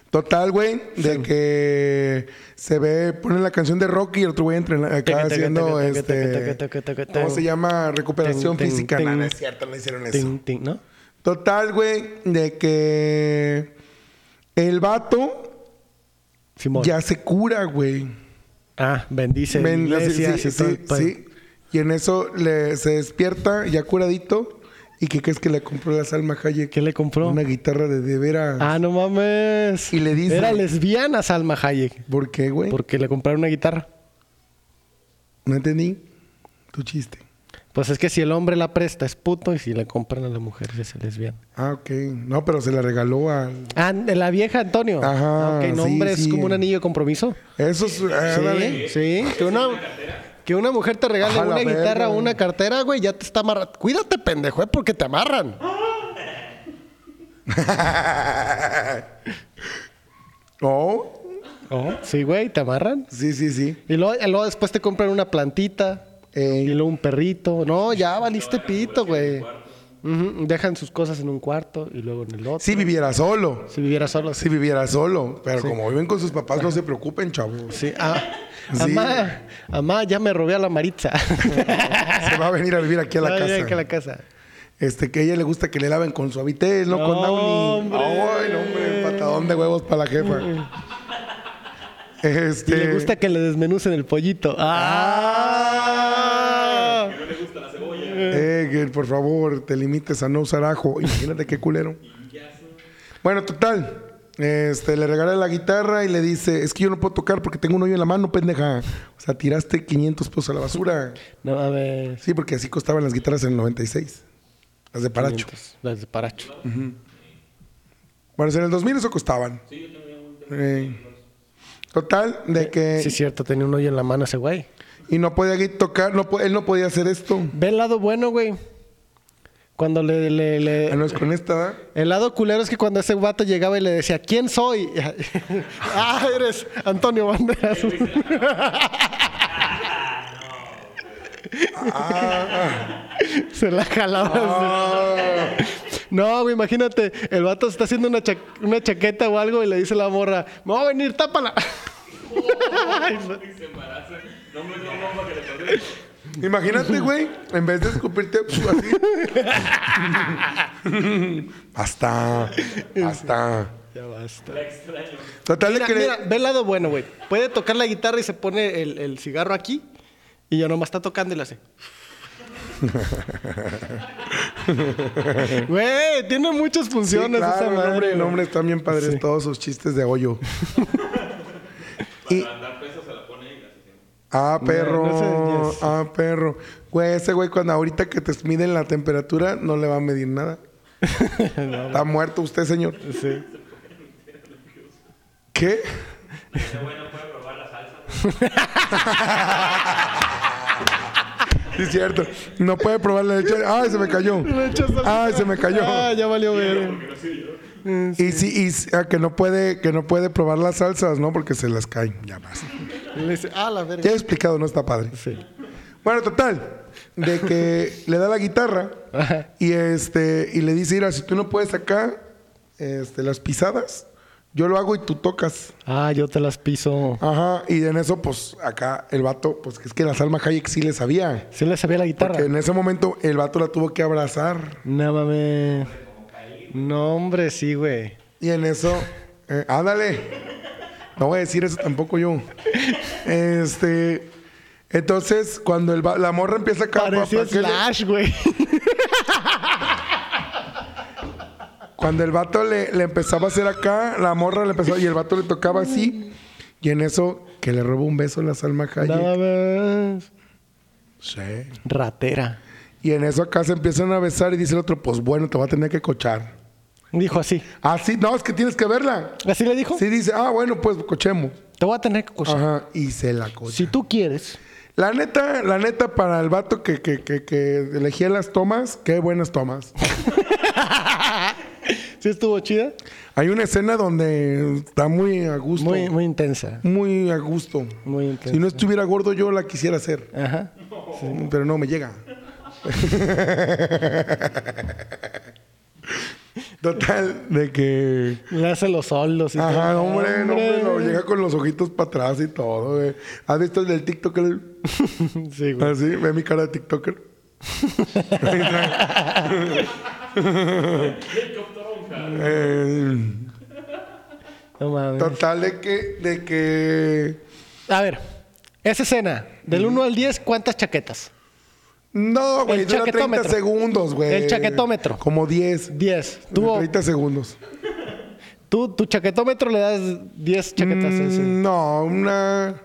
S2: Total, güey, de que se ve, ponen la canción de Rocky y el otro güey entrena- acá
S3: Taca, taca,
S2: haciendo
S3: taca, taca,
S2: este.
S3: taca, taca, taca, taca.
S2: ¿Cómo se llama? Recuperación
S3: Ting, ting,
S2: física. No,
S3: ting.
S2: no es cierto, no hicieron eso.
S3: Tin, tin, ¿No?
S2: Total, güey, de que el vato
S3: Simón.
S2: ya se cura, güey.
S3: Ah, bendice.
S2: Ven, así,
S3: iglesias
S2: sí,
S3: y todo el
S2: sí,
S3: pedo.
S2: sí. Y en eso le, se despierta ya curadito. ¿Y qué crees que le compró la Salma Hayek?
S3: ¿Qué le compró?
S2: Una guitarra de de veras.
S3: Ah, no mames.
S2: Y le dice-
S3: Era lesbiana Salma Hayek.
S2: ¿Por qué, güey?
S3: Porque le compraron una guitarra.
S2: No entendí tu chiste.
S3: Pues es que si el hombre la presta es puto y si le compran a la mujer es lesbiana.
S2: Ah, ok. No, pero se la regaló al...
S3: Ah, de la vieja Antonio. Ah,
S2: Ajá,
S3: Ok, no,
S2: sí,
S3: hombre, es
S2: sí.
S3: como un anillo de compromiso.
S2: Eso es... ah,
S3: <laughs>
S2: dale.
S3: Sí, sí. Que una, que una mujer te regale
S2: Ajá, la
S3: una
S2: verga,
S3: guitarra o
S2: güey.
S3: una cartera, güey, ya te está amarrando. Cuídate, pendejo, eh, porque te amarran.
S2: Oh,
S3: Oh, sí, güey, te amarran.
S2: sí, sí, sí.
S3: Y luego, y luego después te compran una plantita eh,
S2: Ey.
S3: y luego un perrito. No, ya valiste pito, güey. Ujú, Dejan sus cosas en un cuarto y luego en el otro.
S2: Si viviera solo.
S3: Si viviera solo, sí.
S2: Si viviera solo. Pero como viven con sus papás, no se preocupen,
S3: <laughs>
S2: chavos.
S3: Sí, ah,
S2: Sí.
S3: Amá, amá, ya me robé a la
S2: <laughs>
S3: Maritza.
S2: Se va a venir a vivir aquí a la
S3: No,
S2: casa.
S3: <laughs> ya que a la casa.
S2: Este, que a ella le gusta que le laven con suavitel, no, con
S3: No,
S2: Downy.
S3: hombre.
S2: Ay, no, hombre, patadón de huevos para la jefa.
S3: Y
S2: Este.
S3: le gusta que le desmenucen el pollito. ¡Ah!
S2: Eh, que por favor, te limites a no usar ajo. Imagínate qué culero. Bueno, total. Este, le regala la guitarra y le dice, es que yo no puedo tocar porque tengo un hoyo en la mano, pendeja. O sea, tiraste 500 pesos a la basura.
S3: No, a ver.
S2: Sí, porque así costaban las guitarras en el 96. Las de Paracho.
S3: Las de Paracho.
S2: Bueno, en el 2000 eso costaban. Sí, yo Total, de que...
S3: Sí, es cierto, tenía un hoyo en la mano ese güey.
S2: Y no podía gui- tocar, no, po- él no podía hacer esto.
S3: Ve el lado bueno, güey. Cuando le. le- le-
S2: Ah, no es
S3: eh.
S2: con esta, ¿verdad?
S3: El lado culero es que cuando ese vato llegaba y le decía, ¿quién soy? <laughs> ah, eres Antonio Banderas. <laughs> Se la jalaba. <laughs> No, güey, imagínate, el vato está haciendo una, cha- una chaqueta o algo y le dice la morra, me va a venir, tápala. <laughs>
S4: Se embaraza. No me lo vamos a que le toque.
S5: <laughs>
S2: Imagínate, güey, en vez de escupirte
S3: <laughs>
S2: pf, así. Hasta, hasta.
S3: ya basta.
S2: Total de
S3: Mira,
S2: que le-
S3: mira, ve el lado bueno, güey. Puede tocar la guitarra y se pone el, el cigarro aquí y ya nomás está tocando y le
S2: <laughs>
S3: hace. Güey, tiene muchas
S2: Sí,
S3: funciones
S2: claro,
S3: esa
S2: el
S3: madre,
S2: hombre, el
S3: güey.
S2: hombre están bien padres
S3: Sí.
S2: todos sus chistes de hoyo. y, Ah, perro.
S3: No, no sé, yes.
S2: Ah, perro. Güey, ese güey, cuando ahorita que te miden la temperatura, no le va a medir nada.
S3: <laughs>
S2: Está muerto usted, señor.
S3: Sí.
S2: ¿Qué? Sí, es cierto. No puede probar la leche. ¡Ay, se me cayó! ¡Ay, se me cayó!
S3: Ah, ya valió ver.
S2: Y sí, y sí, ah, que no puede, que no puede probar las salsas, ¿no? Porque se las caen. Ya más.
S3: Le dice, ah, la verga.
S2: Ya he explicado, no está padre.
S3: Sí. <laughs>
S2: Bueno, total, de que <laughs> le da la guitarra
S3: Ajá.
S2: y este y le dice, mira, si tú no puedes sacar este, las pisadas, yo lo hago y tú tocas.
S3: Ah, yo te las piso.
S2: Ajá, y en eso, pues, acá el vato, pues, es que la Salma Hayek sí le sabía.
S3: Sí le sabía la guitarra.
S2: Porque en ese momento el vato la tuvo que abrazar.
S3: No mames. No, hombre, sí, güey.
S2: Y en eso, eh, ándale. No voy a decir eso tampoco yo. Este, entonces, cuando el va- la morra empieza a ca-
S3: Parecía
S2: pa- pa- que le-
S3: Slash, güey.
S2: Cuando el vato le, le empezaba a hacer acá, la morra le empezaba y el vato le tocaba así. Y en eso, que eh. le robó un beso a la Salma Hayek.
S3: No mames.
S2: Sí.
S3: Ratera.
S2: Y en eso acá se empiezan a besar y dice el otro, pues bueno, te va a tener que cochar.
S3: Dijo así.
S2: Así, Ah, no, es que tienes que verla.
S3: ¿Así le dijo?
S2: Sí dice, ah, bueno, pues cochemos.
S3: Te voy a tener que coser.
S2: Ajá, y se la cocha.
S3: Si tú quieres. <laughs>
S2: La neta, la neta, para el vato que, que, que, que elegía las tomas, qué buenas tomas.
S3: ¿Sí estuvo chida?
S2: Hay una escena donde está muy a gusto.
S3: Muy,
S2: Muy,
S3: muy intensa.
S2: a gusto.
S3: Muy intensa.
S2: Si no estuviera gordo, yo la quisiera hacer.
S3: Ajá.
S2: Pero no me
S3: <laughs>
S2: llega. Total, de que.
S3: Le hace los solos y
S2: Ajá,
S3: todo.
S2: hombre, no, hombre, no, llega con los ojitos para atrás y todo, güey. ¿Has visto el del TikToker?
S3: <laughs> Sí, güey.
S2: Así, ve mi cara de TikToker. Eh,
S3: No mames.
S2: total de que, de que
S3: A ver, esa escena, del 1 al 10, ¿cuántas chaquetas?
S2: no, güey,
S3: El
S2: dura 30
S3: chaquetómetro.
S2: segundos, güey.
S3: El chaquetómetro.
S2: Como 10.
S3: 10. Tuvo-
S2: 30 segundos.
S3: Tú, tu chaquetómetro le das 10 chaquetas.
S2: Mm,
S3: ese.
S2: No, una.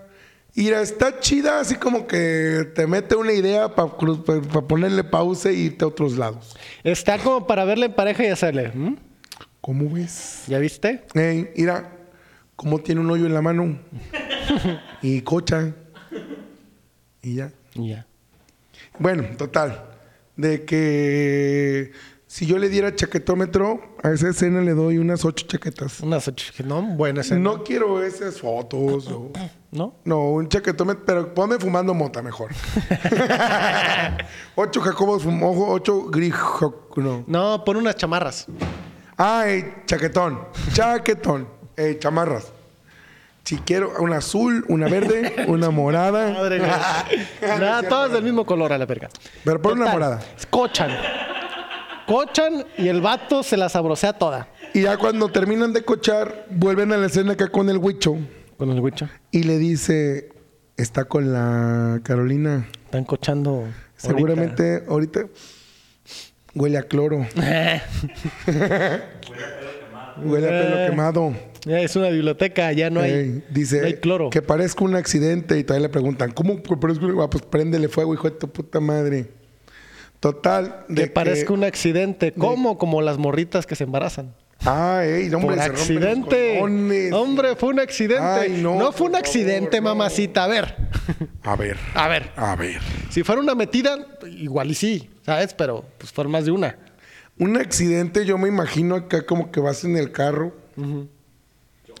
S2: Mira, está chida, así como que te mete una idea para ponerle pausa y irte a otros lados.
S3: Está como para verle en pareja y hacerle. ¿m?
S2: ¿Cómo ves?
S3: ¿Ya viste?
S2: Ey, mira, cómo tiene un hoyo en la mano. y cocha. Y ya.
S3: Y ya.
S2: Bueno, total. De que si yo le diera chaquetómetro, a esa escena le doy unas ocho chaquetas.
S3: Unas 8. No, buena escena. No.
S2: No quiero esas fotos. o- No, un chaquetómetro, pero ponme fumando mota mejor. <laughs> ocho Jacobos, fum- ojo, ocho grijo. No.
S3: No, pon unas chamarras.
S2: Ay, chaquetón, chaquetón, eh, chamarras. Si quiero una azul, una
S3: <laughs>
S2: verde, una morada.
S3: Madre güey.
S2: No
S3: Nada,
S2: es cierto,
S3: todas
S2: no.
S3: del mismo color a la verga.
S2: Pero pon una
S3: Total,
S2: morada.
S3: Cochan. Cochan y el vato se la sabrosea toda.
S2: Y ya cuando terminan de cochar, vuelven a la escena acá con el huicho
S3: Con el huicho.
S2: y le dice, está con la Carolina.
S3: Están cochando. <laughs>
S2: Seguramente ahorita, huele a cloro,
S3: ahorita.
S2: huele a
S3: Eh.
S2: pelo quemado.
S3: es una biblioteca, ya no hay.
S2: Ey, dice
S3: no hay cloro.
S2: que parezca un accidente y todavía le preguntan, ¿cómo que parezca un- Ah, Pues préndele fuego, hijo de tu puta madre. Total.
S3: Que
S2: de
S3: parezca un accidente. ¿Cómo? Como las morritas que se embarazan.
S2: Ah, ey, no, hombre,
S3: Por
S2: se rompen los
S3: accidente.
S2: condones.
S3: Hombre, fue un accidente.
S2: Ay,
S3: no,
S2: no,
S3: fue un
S2: por
S3: accidente,
S2: favor, no.
S3: mamacita. A ver.
S2: A ver,
S3: A ver.
S2: a ver.
S3: Si fuera una metida, igual y sí, ¿sabes? Pero pues fueron más de una.
S2: Un accidente, yo me imagino acá como que vas en el carro,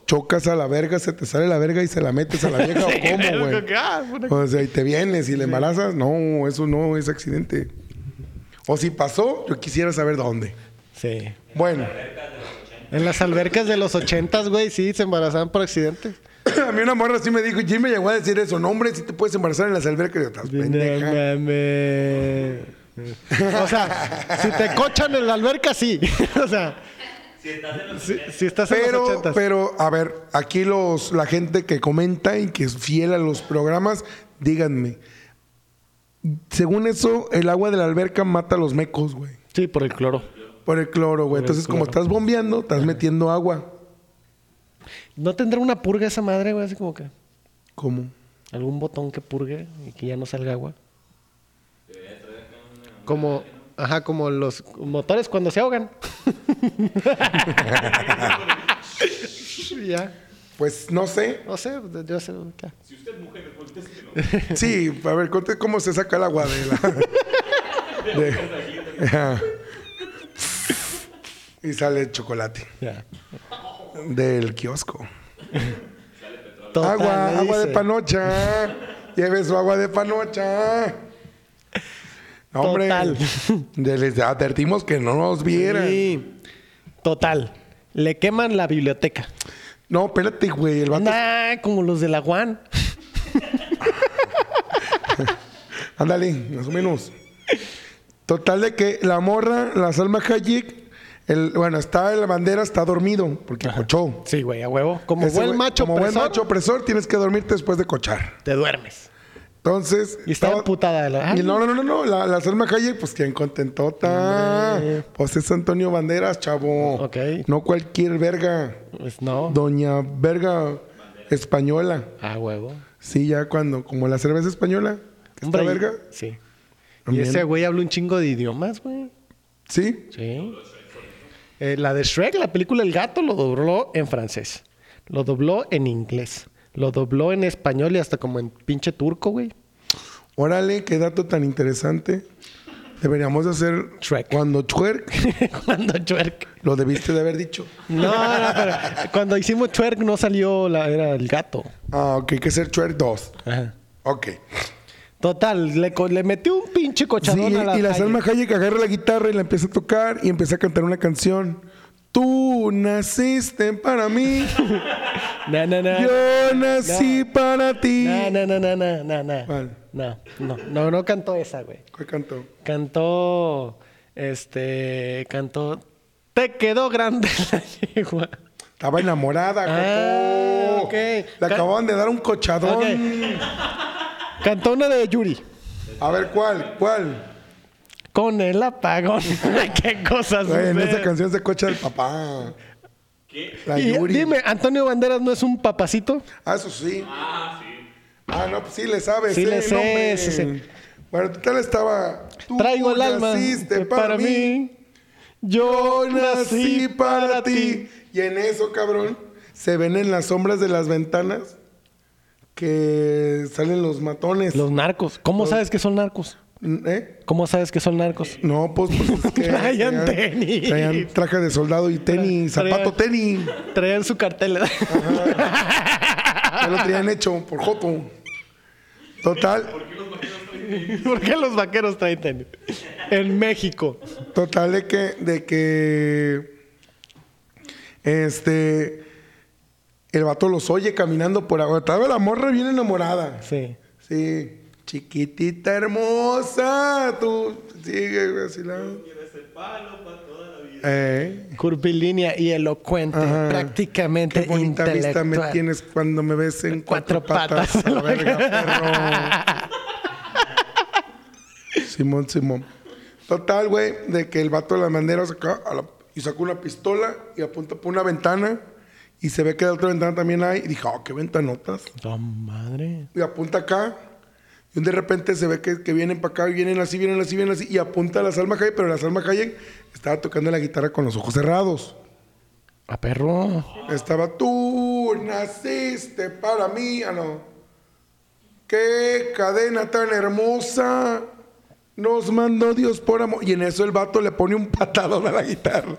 S2: chocas a la verga, se te sale la verga y se la metes a la
S3: <laughs>
S2: vieja, ¿o cómo, güey?
S3: ah,
S2: O sea, y te vienes y le embarazas. No, eso no es accidente. O si pasó, yo quisiera saber dónde.
S3: Sí.
S2: Bueno, <clears throat>
S3: En las albercas de los ochentas, güey, sí, se embarazaban por accidente.
S2: a mí una morra sí me dijo, Jimmy llegó a decir eso, no, hombre, si te puedes embarazar en las albercas. Y yo, "Estás Pues, pendeja".
S3: O sea, si te cochan en la alberca, sí. <laughs> O sea,
S4: Si estás en los
S3: si, si estás en los
S2: Pero,
S3: ochentas.
S2: pero, a ver, aquí los, la gente que comenta y que es fiel a los programas, díganme. Según eso, el agua de la alberca mata a los mecos, güey.
S3: Sí, por el cloro.
S2: Por el cloro, güey.
S3: Por el
S2: Entonces, como
S3: cloro.
S2: estás bombeando, estás metiendo agua.
S3: ¿No tendrá una purga esa madre, güey? Así como que
S2: ¿Cómo?
S3: algún botón que purgue y que ya no salga agua. Como, ajá, como los motores cuando se ahogan. ya,
S2: Pues
S3: <laughs>
S2: no sé.
S3: no sé, yo sé. ya.
S2: Sí, a ver, conté cómo se saca el agua de
S3: <laughs>
S2: la. de- Ajá. y sale el chocolate
S3: Ya.
S2: del kiosco.
S3: Total,
S2: agua,
S3: le
S2: agua de
S3: dice.
S2: panocha. Lleve su agua de panocha. No, hombre,
S3: Total.
S2: de- les advertimos que no nos vieran.
S3: Sí. Total. Le queman la biblioteca.
S2: No, espérate, güey. El vato.
S3: Nah, como los de la Juan.
S2: Ándale, más o menos. Total de que la morra, la Salma Hayek, el, bueno, está en la bandera, está dormido, porque cochó.
S3: Sí, güey, a huevo. Como
S2: Ese
S3: buen
S2: güey-
S3: macho
S2: como buen
S3: opresor,
S2: macho opresor, tienes que dormirte después de cochar.
S3: te duermes.
S2: Entonces.
S3: Y estaba emputada de la-
S2: y no, no, no, no, no, La, la Salma Hayek, pues quien contentota.
S3: Hombre.
S2: Pues es Antonio Banderas, chavo.
S3: Ok.
S2: No cualquier verga.
S3: Pues no.
S2: Doña Verga Española.
S3: A huevo.
S2: Sí, ya cuando, como la cerveza española. que está
S3: Hombre,
S2: verga.
S3: Sí. Y
S2: También.
S3: ese güey habla un chingo de idiomas, güey.
S2: ¿Sí?
S3: Sí. Eh, la de Shrek, la película El Gato, lo dobló en francés. Lo dobló en inglés. Lo dobló en español y hasta como en pinche turco, güey. <laughs>
S2: Órale, qué dato tan interesante. Deberíamos de hacer
S3: Shrek.
S2: cuando twerk.
S3: Cuando Shrek.
S2: Lo debiste de haber dicho.
S3: No, no, pero cuando hicimos Shrek no salió, la, era el gato.
S2: Ah, ok, hay que ser twerk 2.
S3: Ajá.
S2: Ok.
S3: Total, le, co- le metió un pinche
S2: Sí,
S3: cochadón a la
S2: y la
S3: calle.
S2: Salma Hayek agarra la guitarra y la empieza a tocar y empieza a cantar una canción. Tú naciste
S3: <laughs>
S2: para mí,
S3: Na, na, na.
S2: yo nací para ti.
S3: Na, na, na, na, na, na, na.
S2: ¿Cuál?
S3: No, no, no, no cantó esa, güey.
S2: ¿Cuál cantó?
S3: Cantó, este, cantó, te quedó grande <laughs> la yegua.
S2: Estaba enamorada,
S3: Ah,
S2: Coco.
S3: ok.
S2: Le
S3: Ca-
S2: acababan de dar un cochadón.
S3: Ok. Cantó una de Yuri.
S2: A ver, ¿cuál? ¿Cuál?
S3: Con el apagón. <laughs> Qué cosas.
S2: Güey, en
S3: suceden.
S2: esa canción se cocha el papá.
S4: ¿Qué?
S2: La
S3: Y
S2: Yuri.
S3: Dime, ¿Antonio Banderas no es un papacito?
S2: Ah, eso sí.
S4: Ah, sí.
S2: Ah, no, pues sí le sabes.
S3: Sí
S2: eh,
S3: le sé,
S2: hombre.
S3: sí sé.
S2: Bueno, total estaba. Tú
S3: Traigo el alma
S2: naciste
S3: que para mí. Yo
S2: Yo nací para ti. Y en eso, cabrón, se ven en las sombras de las ventanas que salen los matones.
S3: Los narcos. ¿Cómo sabes que son narcos?
S2: ¿Eh?
S3: ¿Cómo sabes que son narcos?
S2: No, pues, pues es que
S3: <laughs> Traían tenis.
S2: Traían traje de soldado y tenis,
S3: Tra- traían-
S2: zapato tenis.
S3: Traían su cartel.
S2: Ya lo tenían hecho por Joto. Total,
S3: <laughs> ¿Por qué los vaqueros traen tenis? En México.
S2: total de que, de que este el vato los oye caminando por agua. Estaba la morra bien enamorada.
S3: Sí.
S2: Sí. Chiquitita hermosa, tú sigue güey, así la. Eh,
S3: Curvilínea y elocuente.
S2: Ajá.
S3: Prácticamente
S2: qué bonita vista
S3: intelectual.
S2: me tienes cuando me ves en cuatro,
S3: Cuatro patas,
S2: patas. a <laughs> la verga, perro. Simón, Simón. Total, güey, de que el vato de la bandera saca a la- y sacó una pistola y apunta por una ventana y se ve que de otra ventana también hay y dije, oh, qué ventanotas.
S3: No, madre.
S2: y apunta acá. Y de repente se ve que, que vienen para acá, y vienen así, vienen así, vienen así, y apunta a la Salma Hayek, pero la Salma Hayek estaba tocando la guitarra con los ojos cerrados.
S3: A perro.
S2: Estaba, tú naciste para mí, ah, no. Qué cadena tan hermosa nos mandó Dios por amor. Y en eso el vato le pone un patadón a la guitarra.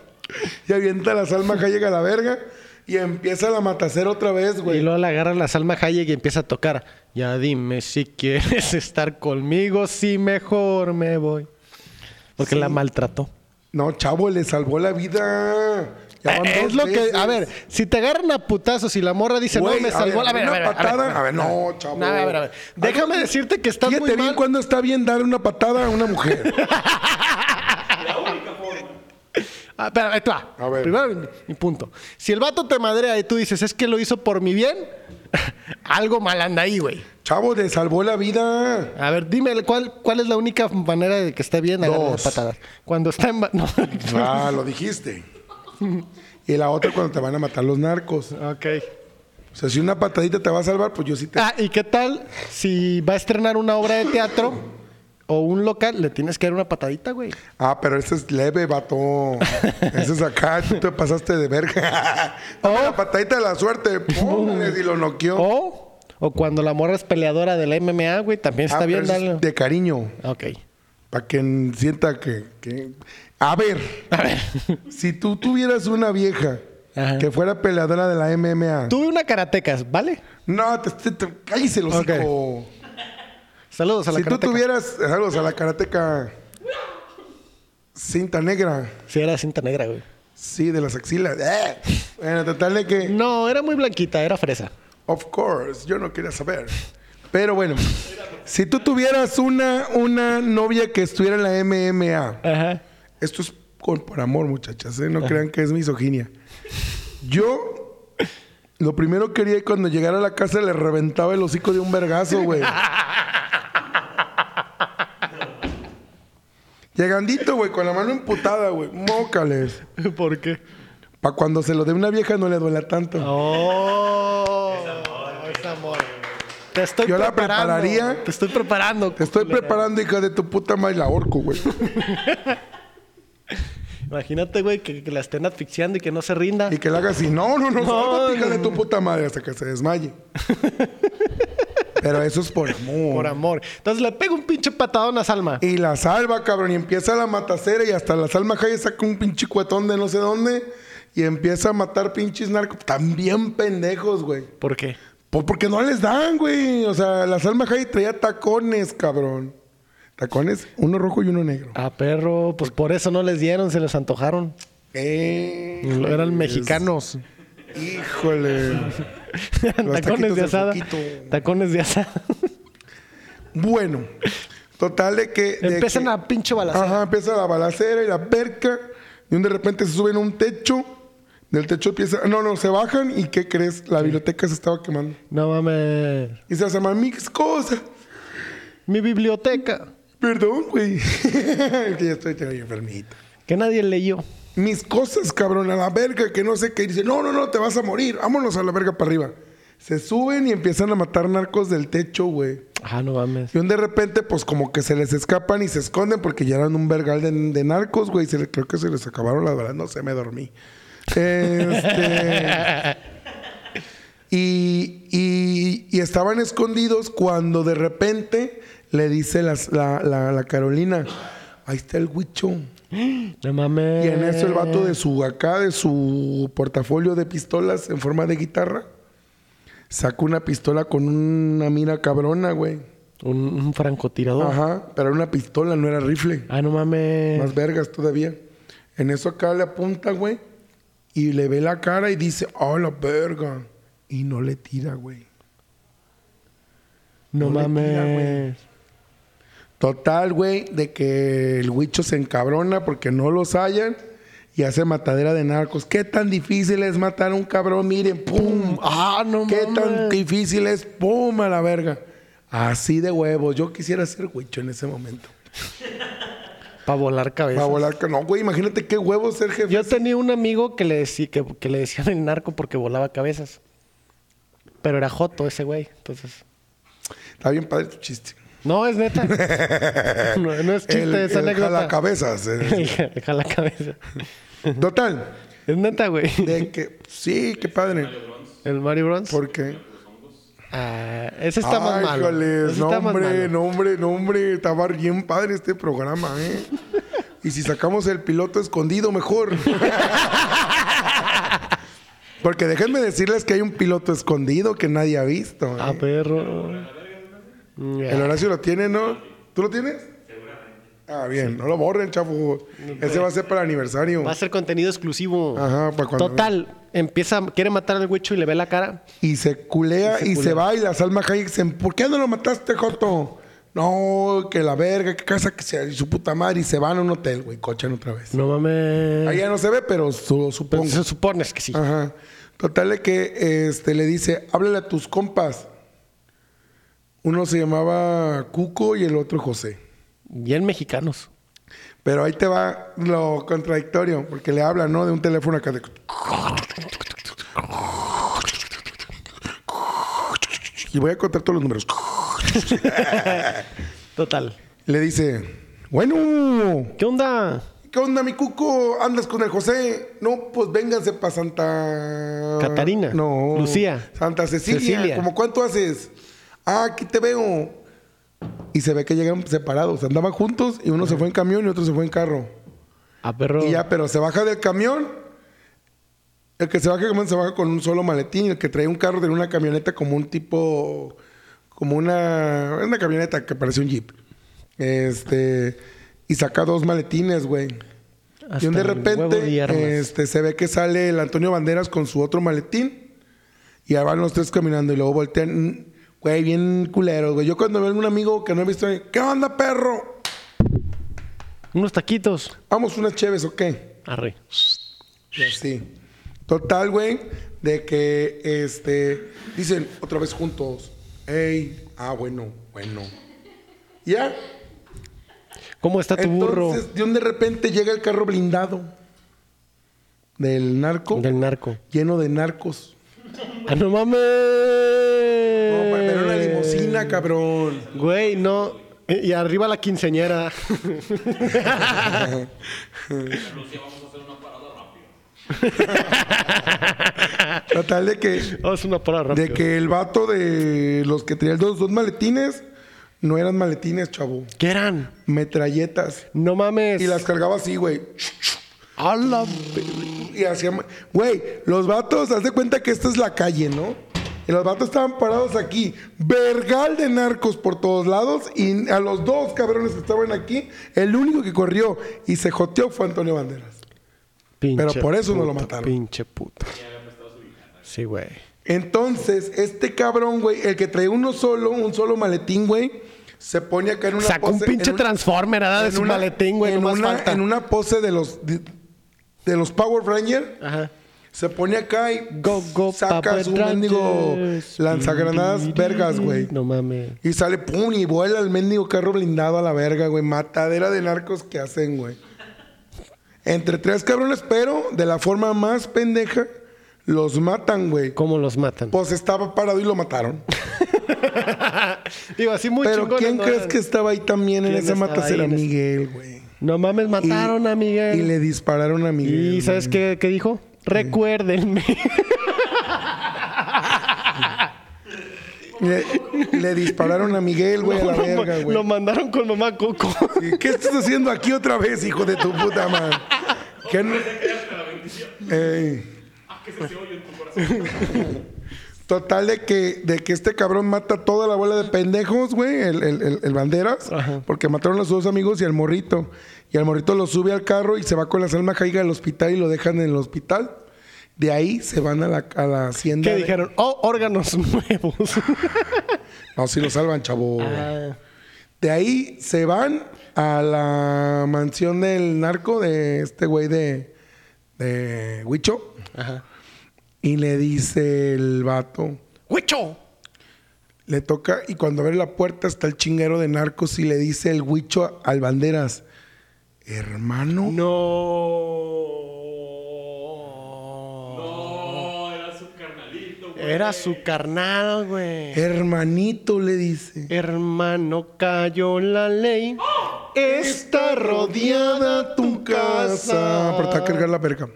S2: Y avienta a la Salma Hayek a la verga, y empieza la matacer otra vez,
S3: Y
S2: güey.
S3: luego la agarra la Salma Hayek y empieza a tocar. Ya dime si quieres <laughs> estar conmigo, si mejor me voy. Porque la maltrató.
S2: No, chavo, le salvó la vida. Ya van
S3: Eh,
S2: dos
S3: es lo
S2: veces.
S3: que, a ver, si te agarran a putazos y la morra dice,
S2: Güey,
S3: no, me
S2: a
S3: salvó
S2: ver,
S3: la ver,
S2: una
S3: a ver, a ver,
S2: patada.
S3: ver,
S2: A ver, no, chavo.
S3: A ver, a ver. Déjame decirte que estás
S2: Fíjate
S3: muy
S2: bien
S3: mal.
S2: cuando está bien dar una patada a una
S3: <laughs>
S2: mujer.
S3: Ah, espera, ahí te va.
S2: A ver.
S3: Primero, mi- mi punto. Si el vato te madrea y tú dices, es que lo hizo por mi bien, <laughs> algo mal anda ahí, güey.
S2: chavo, le salvó la vida.
S3: A ver, dime, ¿cuál, ¿cuál es la única manera de que esté bien agarrar
S2: Dos.
S3: las patadas? Cuando está en... ba- <laughs> No.
S2: Ah, lo dijiste. Y la otra cuando te van a matar los narcos. O
S3: ok.
S2: sea, si una patadita te va a salvar, pues yo sí te...
S3: Ah, ¿y qué tal si va a estrenar una obra de teatro o un local? Le tienes que dar una patadita, güey.
S2: Ah, pero ese es leve, vato. Ese es acá, tú te pasaste
S3: <laughs>
S2: de verga.
S3: Oh.
S2: Dame La patadita de la suerte. Pum, y lo noqueó.
S3: O, o cuando la morra es peleadora de la MMA, güey, también
S2: Ah,
S3: está bien
S2: pero eso es
S3: darle.
S2: De cariño.
S3: Ok.
S2: Para que sienta que, que- A ver,
S3: A ver. <laughs>
S2: si tú tuvieras una vieja
S3: Ajá.
S2: que fuera peleadora de la MMA.
S3: Tuve una karatecas, ¿vale?
S2: No, te, te, te- cállese los
S3: Saludos a la
S2: Si tú
S3: karatecas.
S2: tuvieras. Saludos a la karateca. Cinta negra.
S3: Sí, era cinta negra, güey.
S2: Sí, de las axilas. Eh. Bueno, total de que.
S3: No, era muy blanquita, era fresa.
S2: Of course, yo no quería saber. Pero bueno, si tú tuvieras una, una novia que estuviera en la MMA. <laughs>
S3: Ajá.
S2: Esto es con, por amor, muchachas, ¿eh? no
S3: Ah.
S2: crean que es misoginia. Yo lo primero que quería cuando llegara a la casa le reventaba el hocico de un vergazo,
S3: <laughs>
S2: güey. Llegandito, güey, con la mano emputada, güey. Mócales.
S3: ¿Por qué?
S2: Pa' cuando se lo dé una vieja no le duela tanto.
S3: Oh. Es amor. Te estoy
S2: Yo la
S3: preparando.
S2: prepararía.
S3: Te estoy preparando.
S2: Te estoy
S3: culera.
S2: preparando, hija de tu puta madre, la orco, güey.
S3: Imagínate, güey, que, que la estén asfixiando y que no se rinda.
S2: Y que la haga así. No, no, no,
S3: No,
S2: sálvate, hija
S3: no,
S2: de tu
S3: no.
S2: puta madre, hasta que se desmaye.
S3: <laughs>
S2: Pero eso es por amor.
S3: Por amor. Entonces le pego un pinche patadón a Salma.
S2: Y la salva, cabrón. Y empieza la matacera y hasta la Salma Hayek saca un pinche cuetón de no sé dónde. Y empieza a matar pinches narcos. También pendejos, güey.
S3: ¿Por qué?
S2: Pues porque no les dan, güey. O sea, la Salma Hayek traía tacones, cabrón. Tacones, uno rojo y uno negro.
S3: Ah, perro, pues por eso no les dieron, se les antojaron.
S2: Eh,
S3: Eran
S2: es-
S3: mexicanos.
S2: Híjole. <laughs> Los
S3: Tacones
S2: taquitos
S3: de
S2: del
S3: asada.
S2: foquito.
S3: Tacones de asada.
S2: Bueno, total de que. <laughs> de
S3: Empiezan
S2: que- Ah.
S3: a pinche balazar.
S2: Ajá, empieza la balacera y la perca. Y un de repente se suben a un techo. Del techo empieza. No, no, se bajan. ¿Y qué crees? La biblioteca se estaba quemando.
S3: No mames.
S2: Y se llaman mis cosas.
S3: Mi biblioteca.
S2: Perdón, güey. <laughs> Es que ya estoy teniendo enfermito.
S3: Que nadie leyó.
S2: Mis cosas, cabrón, a la verga, que no sé qué. Y dice, no, no, no, te vas a morir. Vámonos a la verga para arriba. Se suben y empiezan a matar narcos del techo, güey.
S3: Ah, no mames.
S2: Y un de repente, pues como que se les escapan y se esconden porque ya eran un vergal de, de narcos, güey. Se le- creo que se les acabaron las balas. No sé, me dormí. Este, y, y- y estaban escondidos cuando de repente le dice las- la, la- la Carolina, ahí está el huicho.
S3: No mames.
S2: Y en eso el vato de su acá, de su portafolio de pistolas en forma de guitarra, sacó una pistola con una mira cabrona, güey.
S3: Un, un francotirador.
S2: Ajá, pero era una pistola, no era rifle.
S3: Ah, no mames.
S2: Más vergas todavía. En eso acá le apunta, güey. Y le ve la cara y dice, ¡ah, la verga! Y no le tira, güey.
S3: no
S2: no le
S3: mames.
S2: tira, güey. Total, güey, de que el huicho se encabrona porque no los hallan y hace matadera de narcos. ¿Qué tan difícil es matar a un cabrón? Miren, ¡pum!
S3: Ah, no
S2: ¿Qué
S3: mames.
S2: tan difícil es? ¡Pum! A la verga. Así de huevos. Yo quisiera ser huicho en ese momento.
S3: Para volar cabeza.
S2: Para volar. ca- No, güey, imagínate qué huevos ser jefe.
S3: Yo tenía un amigo que le, decí- que, que le decían el narco porque volaba cabezas. Pero era Joto ese güey. Entonces.
S2: Está bien padre tu chiste.
S3: No, es
S2: <laughs>
S3: neta. no, no es chiste,
S2: el,
S3: es anécdota. <laughs>
S2: cabezas.
S3: El cabeza.
S2: Total.
S3: Es neta, güey.
S2: De que, sí, qué padre.
S3: El Mario Bros.
S2: Porque.
S3: Ah, ese está más
S2: Ay,
S3: malo.
S2: joles,
S3: Ese
S2: no,
S3: está más
S2: hombre,
S3: malo. <laughs>
S2: no, hombre, no, hombre. Estaba bien padre este programa, ¿eh? y si sacamos el piloto escondido, mejor. Porque déjenme decirles que hay un piloto escondido que nadie ha visto. ¿eh?
S3: Ah, perro.
S2: El Horacio lo tiene, ¿no? ¿Tú lo tienes? Seguramente. Ah, bien. No lo borren, chafo. Ese va a ser para el aniversario.
S3: Va a ser contenido exclusivo.
S2: Ajá, para cuando-
S3: Total, empieza, quiere matar al huicho y le ve la cara.
S2: Y se culea y se,
S3: Y se culea.
S2: va y la Salma Hayek se... em-, ¿Por qué no lo mataste, Joto? No, que la verga, que casa, que sea, y su puta madre. Y se van a un hotel, güey, cochan otra vez.
S3: No mames. Ah.
S2: Ahí ya no se ve, pero su- lo supongo.
S3: Se supones que sí.
S2: Ajá. Total de que este, le dice, háblale a tus compas. Uno se llamaba Cuco y el otro José.
S3: Bien mexicanos.
S2: Pero ahí te va lo contradictorio, porque le habla, ¿no? De un teléfono acá de... Y voy a contar todos los números.
S3: Total.
S2: Le dice, bueno,
S3: ¿Qué onda?
S2: ¿qué onda mi cuco? ¿Andas con el José? No, pues vénganse para Santa...
S3: Catarina.
S2: No.
S3: Lucía.
S2: Santa Cecilia.
S3: Cecilia.
S2: ¿Cómo cuánto haces? Ah, aquí te veo. Y se ve que llegan separados. Andaban juntos y uno se fue en camión y otro se fue en carro.
S3: Ah, perro.
S2: Y ya, pero se baja del camión. El que se baja del camión se baja con un solo maletín. El que trae un carro de una camioneta como un tipo. Como una. Una camioneta que parece un jeep. Este. Y saca dos maletines, güey.
S3: Hasta
S2: Y un de
S3: el huevo
S2: repente
S3: de armas.
S2: este, se ve que sale el Antonio Banderas con su otro maletín. Y ahí van los tres caminando y luego voltean. mm, Güey, bien culeros, güey. Yo cuando veo a un amigo que no he visto, ¿qué onda, perro?
S3: Unos taquitos.
S2: Vamos unas cheves, ¿o qué?
S3: Arre.
S2: Sí. Total, güey, de que este dicen otra vez juntos. Ey, ah, bueno, bueno. Ya.
S3: ¿Cómo está tu burro?
S2: Entonces, de un de repente llega el carro blindado del narco,
S3: Del narco.
S2: lleno de narcos.
S3: Ah, no mames. Eh.
S2: No, pero era una propina, cabrón.
S3: Güey, no. Y y arriba la <laughs> quinceñera.
S5: Lucía, Pues vamos a hacer una parada rápida.
S2: Total de que,
S3: Ah, es una parada rápida.
S2: de que el vato de los que traía los dos maletines no eran maletines, chavo.
S3: ¿Qué eran?
S2: Metralletas.
S3: No mames.
S2: Y las cargaba así, güey.
S3: A la-
S2: Y hacía. ma- Güey, los vatos, haz de cuenta que esta es la calle, ¿no? Y los vatos estaban parados aquí. Vergal de narcos por todos lados. Y a los dos cabrones que estaban aquí, el único que corrió y se joteó fue Antonio Banderas.
S3: Pinche
S2: Pero por eso no
S3: puto,
S2: lo mataron.
S3: Pinche puto. Sí, güey.
S2: Entonces, este cabrón, güey, el que traía uno solo, un solo maletín, güey, se pone acá en una
S3: Sacó un
S2: pose-
S3: pinche
S2: en un-
S3: Transformer, ¿verdad? De
S2: en
S3: su
S2: una-
S3: maletín, güey.
S2: En,
S3: No más
S2: una-
S3: falta.
S2: en una pose de los, de, de los Power Rangers.
S3: Ajá.
S2: Se pone acá y
S3: Go, go,
S2: saca
S3: Power
S2: su mendigo
S3: Rangers.
S2: lanzagranadas vergas, güey.
S3: No mames.
S2: Y sale pum y vuela el mendigo carro blindado a la verga, güey. Matadera de narcos que hacen, güey. Entre tres cabrones, pero de la forma más pendeja, los matan, güey.
S3: ¿Cómo los matan?
S2: Pues estaba parado y lo mataron.
S3: Ah, Digo, así <laughs> muy
S2: pero
S3: chingones,
S2: ¿quién
S3: no
S2: crees
S3: eran.
S2: que estaba ahí también en
S3: ¿Quién
S2: ese
S3: estaba
S2: matacera?
S3: ahí en ese-
S2: Miguel, güey.
S3: No mames,
S2: Y-
S3: mataron a Miguel.
S2: Y le dispararon a Miguel.
S3: ¿Y sabes
S2: güey.
S3: qué, qué dijo? Recuérdenme.
S2: Le, le dispararon a Miguel, güey, a
S3: <laughs>
S2: la
S3: lo,
S2: verga, güey.
S3: lo mandaron con mamá Coco.
S2: ¿Y ¿Qué estás haciendo aquí otra vez, hijo de tu puta madre? ¿Qué no- Ey. Total de que, de que este cabrón mata a toda la bola de pendejos, güey, el, el- el- el banderas, porque mataron a sus dos amigos y al morrito. Y al morrito lo sube al carro y se va con las almas caiga al hospital y lo dejan en el hospital. De ahí se van a la, a la hacienda.
S3: que
S2: de-
S3: dijeron, oh, órganos <laughs> nuevos.
S2: No, si lo salvan, chavo.
S3: Ah,
S2: De ahí se van a la mansión del narco de este güey de, de Huicho.
S3: ajá.
S2: Y le dice el vato,
S3: ¡Huicho!
S2: le toca, y cuando abre la puerta está el chinguero de narcos y le dice el Huicho al Banderas, hermano,
S3: No.
S5: No, era su carnalito, güey.
S3: Era su carnal, güey.
S2: hermanito le dice.
S3: Hermano, cayó la ley. ¡Oh! Está rodeada tu casa.
S2: Pero te va a cargar la perca.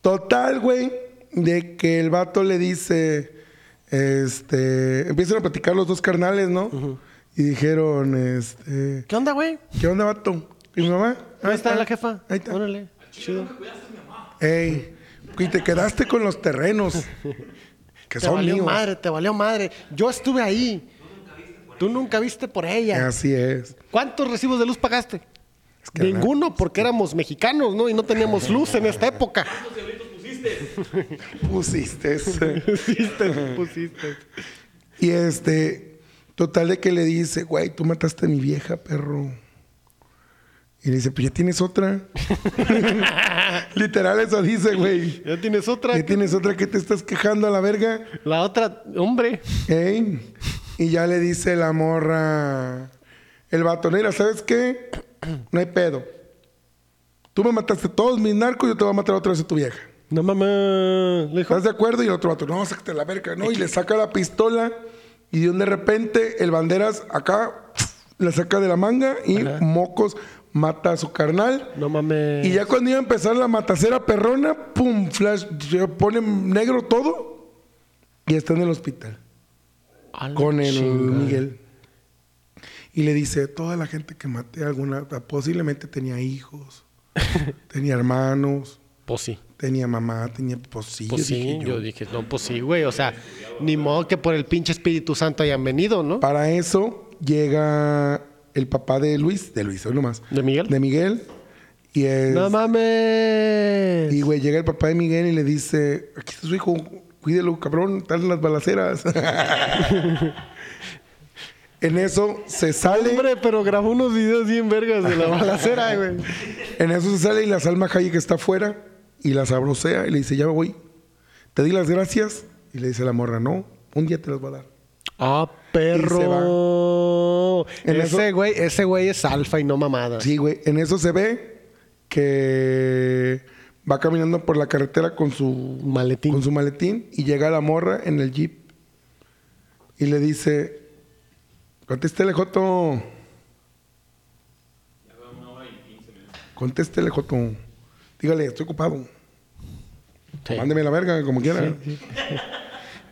S2: Total, güey, de que el vato le dice, este, empiezan a platicar los dos carnales, ¿no? Y dijeron, este,
S3: ¿Qué onda, güey?
S2: ¿qué onda, vato? ¿Y mi mamá?
S3: ¿Dónde está la jefa?
S2: Ahí está.
S3: Órale. Chido.
S2: Ey, y te quedaste con los
S3: <laughs>
S2: terrenos. Que
S3: Te
S2: son
S3: valió
S2: míos.
S3: madre, te valió madre. Yo estuve ahí. Tú nunca viste por ella.
S2: Así es.
S3: ¿Cuántos recibos de luz pagaste?
S2: que
S3: Ninguno, porque éramos mexicanos, ¿no? Y no teníamos luz en esta
S2: <laughs>
S3: época. <laughs>
S2: Pusiste ese.
S3: Pusiste, pusiste.
S2: Y este, total de que le dice, güey, tú mataste a mi vieja, perro. Y le dice, pues ya tienes otra. <laughs> Literal eso dice, güey.
S3: Ya tienes otra.
S2: Ya tienes otra que te estás quejando a la verga.
S3: La otra, hombre.
S2: ¿eh? Y ya le dice la morra, el batonera, ¿sabes qué? No hay pedo. Tú me mataste a todos mis narcos, yo te voy a matar otra vez a tu vieja.
S3: No mames. Le dijo,
S2: ¿Estás de acuerdo? Y el otro vato, no, sácate la verga, ¿no? Y le saca la pistola y de un de repente el banderas acá la saca de la manga y mocos mata a su carnal.
S3: no mames.
S2: Y ya cuando iba a empezar la matacera perrona, pum, flash, se pone negro todo y está en el hospital
S3: A la
S2: con el
S3: chingada.
S2: Miguel. Y le dice, toda la gente que maté alguna, posiblemente tenía
S3: <laughs>
S2: hijos, tenía hermanos,
S3: Pues sí.
S2: tenía mamá, tenía posillos.
S3: Pues sí, yo, dije, no, pues sí, güey. O sea, ni modo que por el pinche Espíritu Santo hayan venido, ¿no?
S2: Para eso llega el papá de Luis, de Luis, hoy nomás.
S3: ¿De Miguel?
S2: De Miguel. Y es.
S3: No
S2: Y
S3: mames.
S2: güey, llega el papá de Miguel y le dice: Aquí está su hijo, cuídelo, cabrón, están las balaceras. <laughs> en eso se sale.
S3: Hombre, pero grabó unos videos bien vergas de la
S2: <laughs>
S3: balacera, eh, güey.
S2: En eso se sale y la Salma Hayek está afuera y la sabrosea y le dice: Ya me voy. Te di las gracias. Y le dice la morra: No, un día te las va a dar.
S3: Ah, perro.
S2: En
S3: Ese
S2: eso-
S3: güey, ese güey es alfa y no mamada.
S2: Sí, güey. En eso se ve que va caminando por la carretera con su
S3: Maletín.
S2: Con su maletín y llega la morra en el jeep y le dice, Contéstele, Joto.
S5: Ya veo una hora y quince minutos.
S2: Contéstele, Joto. Dígale, estoy ocupado.
S3: Sí.
S2: Mándeme la verga, como quiera.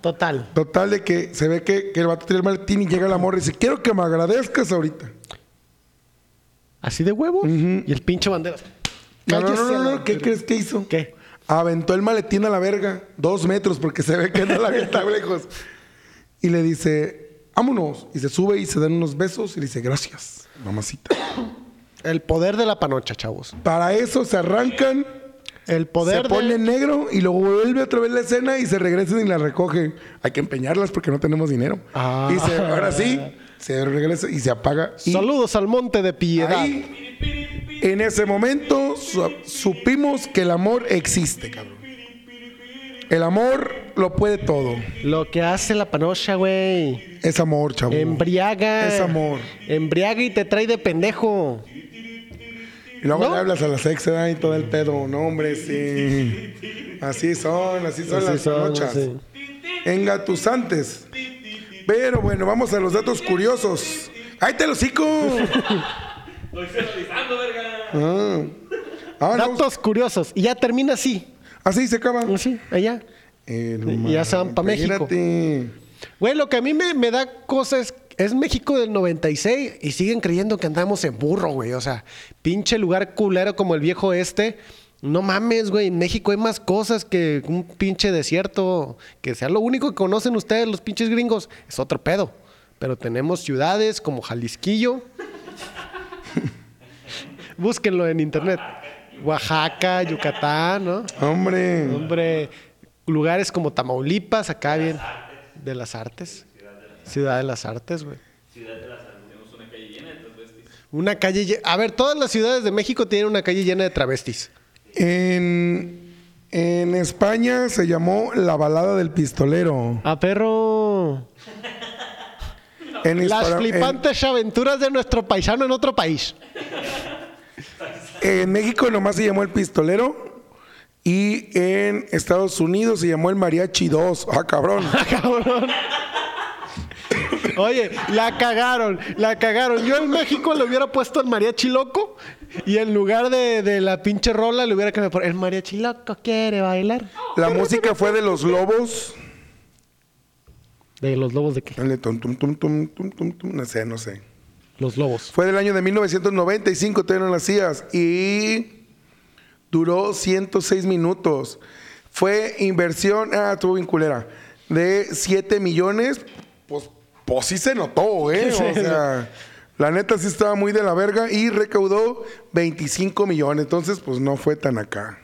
S3: Total.
S2: Total de que se ve que, que el vato tiene el maletín y llega la morra y dice, quiero que me agradezcas ahorita.
S3: Así de huevo.
S2: Ujú.
S3: Y el pinche bandera.
S2: No, no, no,
S3: Cállese
S2: no,
S3: la
S2: no, ¿qué crees que hizo?
S3: ¿Qué?
S2: Aventó el maletín a la verga, dos metros, porque se ve que no la está <laughs> lejos. Y le dice, vámonos. Y se sube y se dan unos besos y le dice, gracias, mamacita.
S3: El poder de la panocha, chavos.
S2: Para eso se arrancan,
S3: El poder
S2: se pone
S3: del-
S2: negro y luego vuelve otra vez la escena y se regresan y la recoge. Hay que empeñarlas porque no tenemos dinero.
S3: Ah.
S2: Y se- ahora sí, se regresa y se apaga. Y
S3: Saludos al monte de piedad.
S2: ahí, en ese momento, su- supimos que el amor existe, cabrón. El amor lo puede todo.
S3: Lo que hace la panocha, güey.
S2: Es amor, chavo.
S3: Embriaga.
S2: Es amor.
S3: Embriaga y te trae de pendejo.
S2: Y luego
S3: ¿No?
S2: le hablas a la sex ¿verdad? y todo el pedo. No, hombre, sí. Así son, así son
S3: Así
S2: las
S3: son,
S2: panochas.
S3: sí.
S2: Engatusantes. Pero bueno, vamos a los datos curiosos. ¡Ahí te los hocico!
S5: Lo hice analizando, verga.
S2: Ah. Ah, no.
S3: Datos curiosos. Y ya termina así.
S2: Así se acaba.
S3: Así, allá.
S2: Eh, no
S3: Y
S2: mames,
S3: ya se van pa' México.
S2: espérate.
S3: Güey, lo que a mí me, me da cosas es México del 96 y siguen creyendo que andamos en burro, güey. O sea, pinche lugar culero como el viejo este. No mames, güey. En México hay más cosas que un pinche desierto. Que sea lo único que conocen ustedes, los pinches gringos. Es otro pedo. Pero tenemos ciudades como Jalisquillo. <laughs> Búsquenlo en internet. Oaxaca, Yucatán, ¿no?
S2: Hombre.
S3: Hombre, lugares como Tamaulipas, acá bien. De las artes. Ciudad de las artes, güey.
S5: Tenemos una calle llena de transvestis.
S3: Una calle. lle- A ver, todas las ciudades de México tienen una calle llena de travestis.
S2: En, en España se llamó La Balada del Pistolero.
S3: A Ah, perro.
S2: En
S3: Las
S2: Hispano- en-
S3: flipantes aventuras de nuestro paisano en otro país.
S2: En México nomás se llamó el pistolero. Y en Estados Unidos se llamó el Mariachi 2. Ah,
S3: <laughs>
S2: cabrón.
S3: Cabrón. Oye, la cagaron, la cagaron. Yo en México le hubiera puesto el mariachi loco y en lugar de, de la pinche rola le hubiera cambiado por el mariachi loco quiere bailar.
S2: La música fue de los lobos.
S3: ¿De los lobos de qué?
S2: Dale, tum, tum, tum, tum, tum, tum, tum, No sé, no sé.
S3: Los lobos.
S2: Fue del año de 1995, todavía no nacías. Y duró 106 minutos. Fue inversión, ah, estuvo bien culera, de 7 millones. Pues, pues sí se notó, ¿eh? O sea, la neta sí estaba muy de la verga y recaudó 25 millones. Entonces, pues no fue tan acá.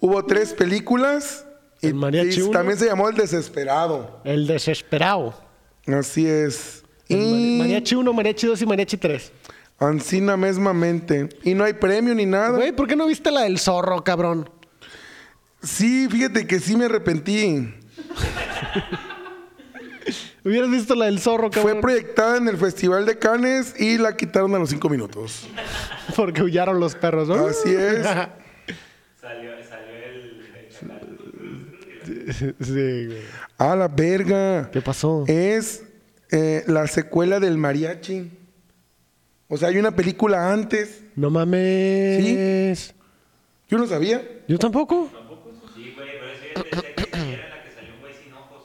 S2: Hubo tres películas.
S3: El mariachi uno.
S2: también se llamó El Desesperado.
S3: El desesperado.
S2: Así es.
S3: El
S2: Y-
S3: mari- Mariachi 1, mariachi 2 y mariachi 3.
S2: Ancina mesmamente. Y no hay premio ni nada.
S3: Güey, ¿por qué no viste la del zorro, cabrón?
S2: Sí, fíjate que sí me arrepentí.
S3: Hubieras visto la del zorro,
S2: Fue
S3: cabrón.
S2: proyectada en el Festival de Cannes y la quitaron a los cinco minutos.
S3: <laughs> Porque huyaron los perros, ¿no?
S2: Así es.
S5: Salió, salió el. el chacal.
S3: <laughs> sí, güey.
S2: A la verga.
S3: ¿Qué pasó?
S2: Es eh, la secuela del mariachi. O sea, hay una película antes.
S3: No mames.
S2: Yo no sabía.
S3: Yo tampoco.
S5: Sí, güey, pero es que pensé que saliera la que salió un güey sin ojos.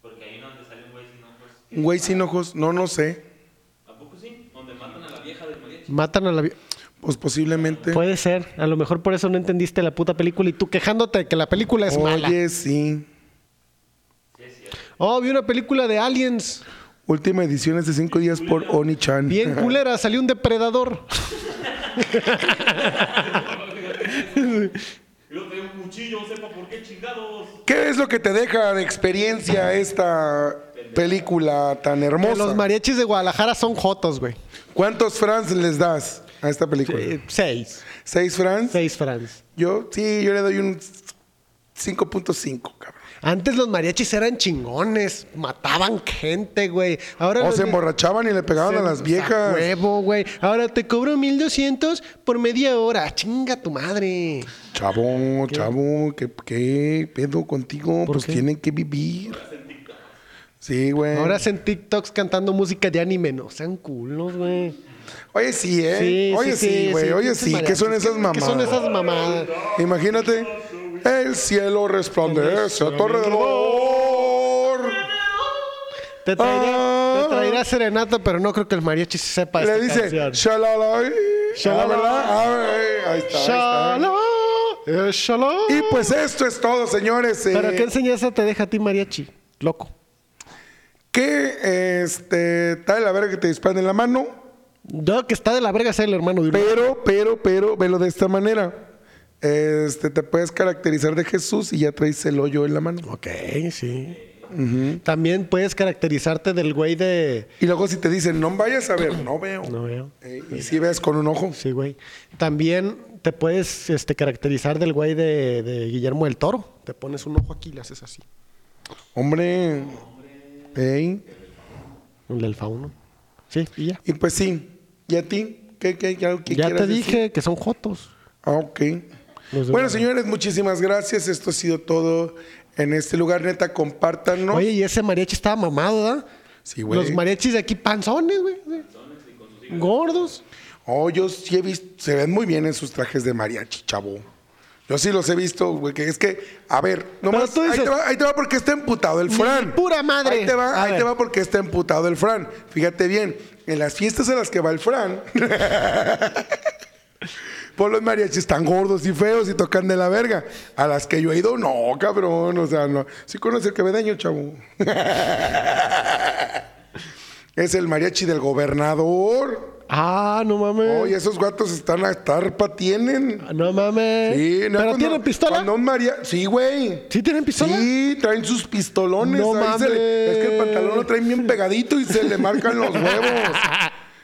S5: Porque hay una donde sale un güey sin ojos.
S2: Un güey sin ojos. No, no sé.
S5: ¿A poco sí? Donde matan a la vieja del mariachi.
S3: Matan a la vi-
S2: Pues posiblemente.
S3: Puede ser. A lo mejor por eso no entendiste la puta película y tú quejándote de que la película es mala.
S2: Oye, sí.
S3: Oh, vi una película de aliens.
S2: Última edición es de cinco días por Oni-chan. <laughs>
S3: Bien culera, salió un depredador.
S5: Y luego tenía un cuchillo, no sepa por qué chingados.
S2: ¿Qué es lo que te deja de experiencia esta película tan
S3: Que Los
S2: hermosa?
S3: mariachis de Guadalajara son jotos, güey.
S2: ¿Cuántos francs les das a esta película?
S3: Eh, Seis.
S2: ¿Seis francs?
S3: Seis, Franz.
S2: Yo, sí, yo le doy un 5.5, cabrón.
S3: Antes los mariachis eran chingones, mataban gente, güey. Ahora
S2: O
S3: los
S2: se
S3: de-
S2: emborrachaban y le pegaban
S3: se-
S2: a las
S3: a
S2: viejas.
S3: huevo, güey. Ahora te cobro 1200 por media hora. Chinga tu madre.
S2: Eh. Chavo, chavo, ¿qué, qué pedo contigo?
S3: ¿Por
S2: Pues
S3: qué?
S2: tienen que vivir. Sí, güey.
S3: Ahora hacen TikToks cantando música de anime. No sean culos, güey.
S2: Oye, sí, ¿eh? Oye, sí, güey. Oye, sí. ¿Qué
S3: pinches
S2: son esas
S3: mariachis. ¿Qué
S2: mamadas?
S3: son esas mamadas?
S2: Imagínate, el cielo resplandece a tu alrededor.
S3: Te traerá,
S2: Ah.
S3: te traerá serenata, pero no creo que el mariachi se sepa
S2: Le
S3: esta
S2: dice,
S3: canción.
S2: shalalay. Ah,
S3: Shalalay.
S2: ¿verdad? Ah, eh, ahí está, ahí está.
S3: Shalom, eh, shalom.
S2: Y pues esto es todo, señores. eh,
S3: ¿Pero qué enseñanza te deja a ti, mariachi? Loco.
S2: que este, está de la verga que te disparan en la mano,
S3: Yo que está de la verga ser el hermano de uno.
S2: pero, pero, pero, velo de esta manera. Este, te puedes caracterizar de Jesús y ya traes el hoyo en la mano.
S3: Ok, sí. También puedes caracterizarte del güey de...
S2: Y luego si te dicen, no vayas a ver, no veo.
S3: No veo.
S2: Eh, y si ves con un ojo.
S3: Sí, güey. También te puedes este, caracterizar del güey de, de Guillermo del Toro. Te pones un ojo aquí y le haces así.
S2: Hombre. Ey.
S3: El del fauno. Sí, y ya.
S2: Y pues sí. ¿Y a ti? ¿Qué, qué, qué, algo que
S3: ya te
S2: quieras
S3: dije
S2: decir?
S3: que son jotos.
S2: Ah, ok.
S3: Los de
S2: Bueno,
S3: la-
S2: señores, muchísimas gracias. Esto ha sido todo en este lugar. Neta, compártanos.
S3: Oye, y ese mariachi estaba mamado, ¿verdad?
S2: Sí, güey.
S3: Los mariachis de aquí panzones, güey. Gordos.
S2: Oh, yo sí he visto, se ven muy bien en sus trajes de mariachi, chavo. Yo sí los he visto, güey, que es que, a ver, nomás,
S3: tú dices-
S2: ahí, te va, ahí te va porque está emputado el
S3: Ni
S2: Fran.
S3: pura madre.
S2: Ahí te va,
S3: A
S2: ahí te
S3: ver.
S2: va porque está emputado el Fran. Fíjate bien, en las fiestas a las que va el Fran, <laughs> pues los mariachis están gordos y feos y tocan de la verga. A las que yo he ido, no, cabrón, o sea, no. Sí conoce el cabedaño, chavo. <laughs> es el mariachi del gobernador.
S3: Ah, no mames.
S2: Oye, esos gatos están a tarpa, tienen.
S3: Ah, No mames.
S2: Sí, no,
S3: ¿Pero
S2: cuando-
S3: tienen pistola?
S2: Cuando un maria... Sí, güey.
S3: ¿Sí tienen pistola?
S2: Sí, traen sus pistolones.
S3: No
S2: ahí se le-
S3: mames.
S2: Es que el pantalón lo traen bien pegadito y se le marcan los
S3: <laughs>
S2: huevos.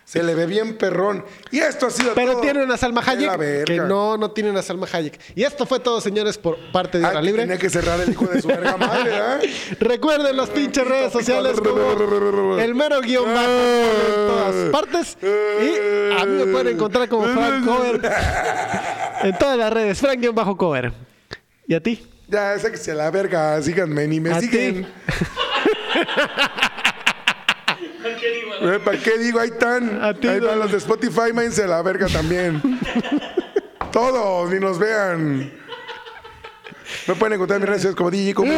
S2: Se le ve bien perrón. Y esto ha sido
S3: Pero
S2: todo.
S3: tienen a Salma
S2: De la
S3: Hayek. Que
S2: verga.
S3: no, no tienen a Salma Hayek. Y esto fue todo, señores, por parte de
S2: Ah,
S3: Hora
S2: que
S3: Libre.
S2: Tenía que cerrar el hijo de su verga madre,
S3: <laughs>
S2: ¿eh? ¿verdad?
S3: Recuerden las pinches redes sociales como el mero guión
S2: Ah.
S3: bajo en
S2: Eh.
S3: todas partes. Y a mí me pueden encontrar como Frank Cover
S2: <laughs>
S3: en todas las redes. Frank guión bajo Cover. ¿Y a ti?
S2: Ya, esa que se la verga. Síganme, ni me
S3: ¿A
S2: siguen. Eh, ¿Para qué digo? Ahí están.
S3: A ti,
S2: Ahí están
S3: don-
S2: los de Spotify, váyanse a la
S3: <laughs>
S2: verga también. Todos, ni nos vean. Me pueden encontrar en mis redes sociales como DJ Combo.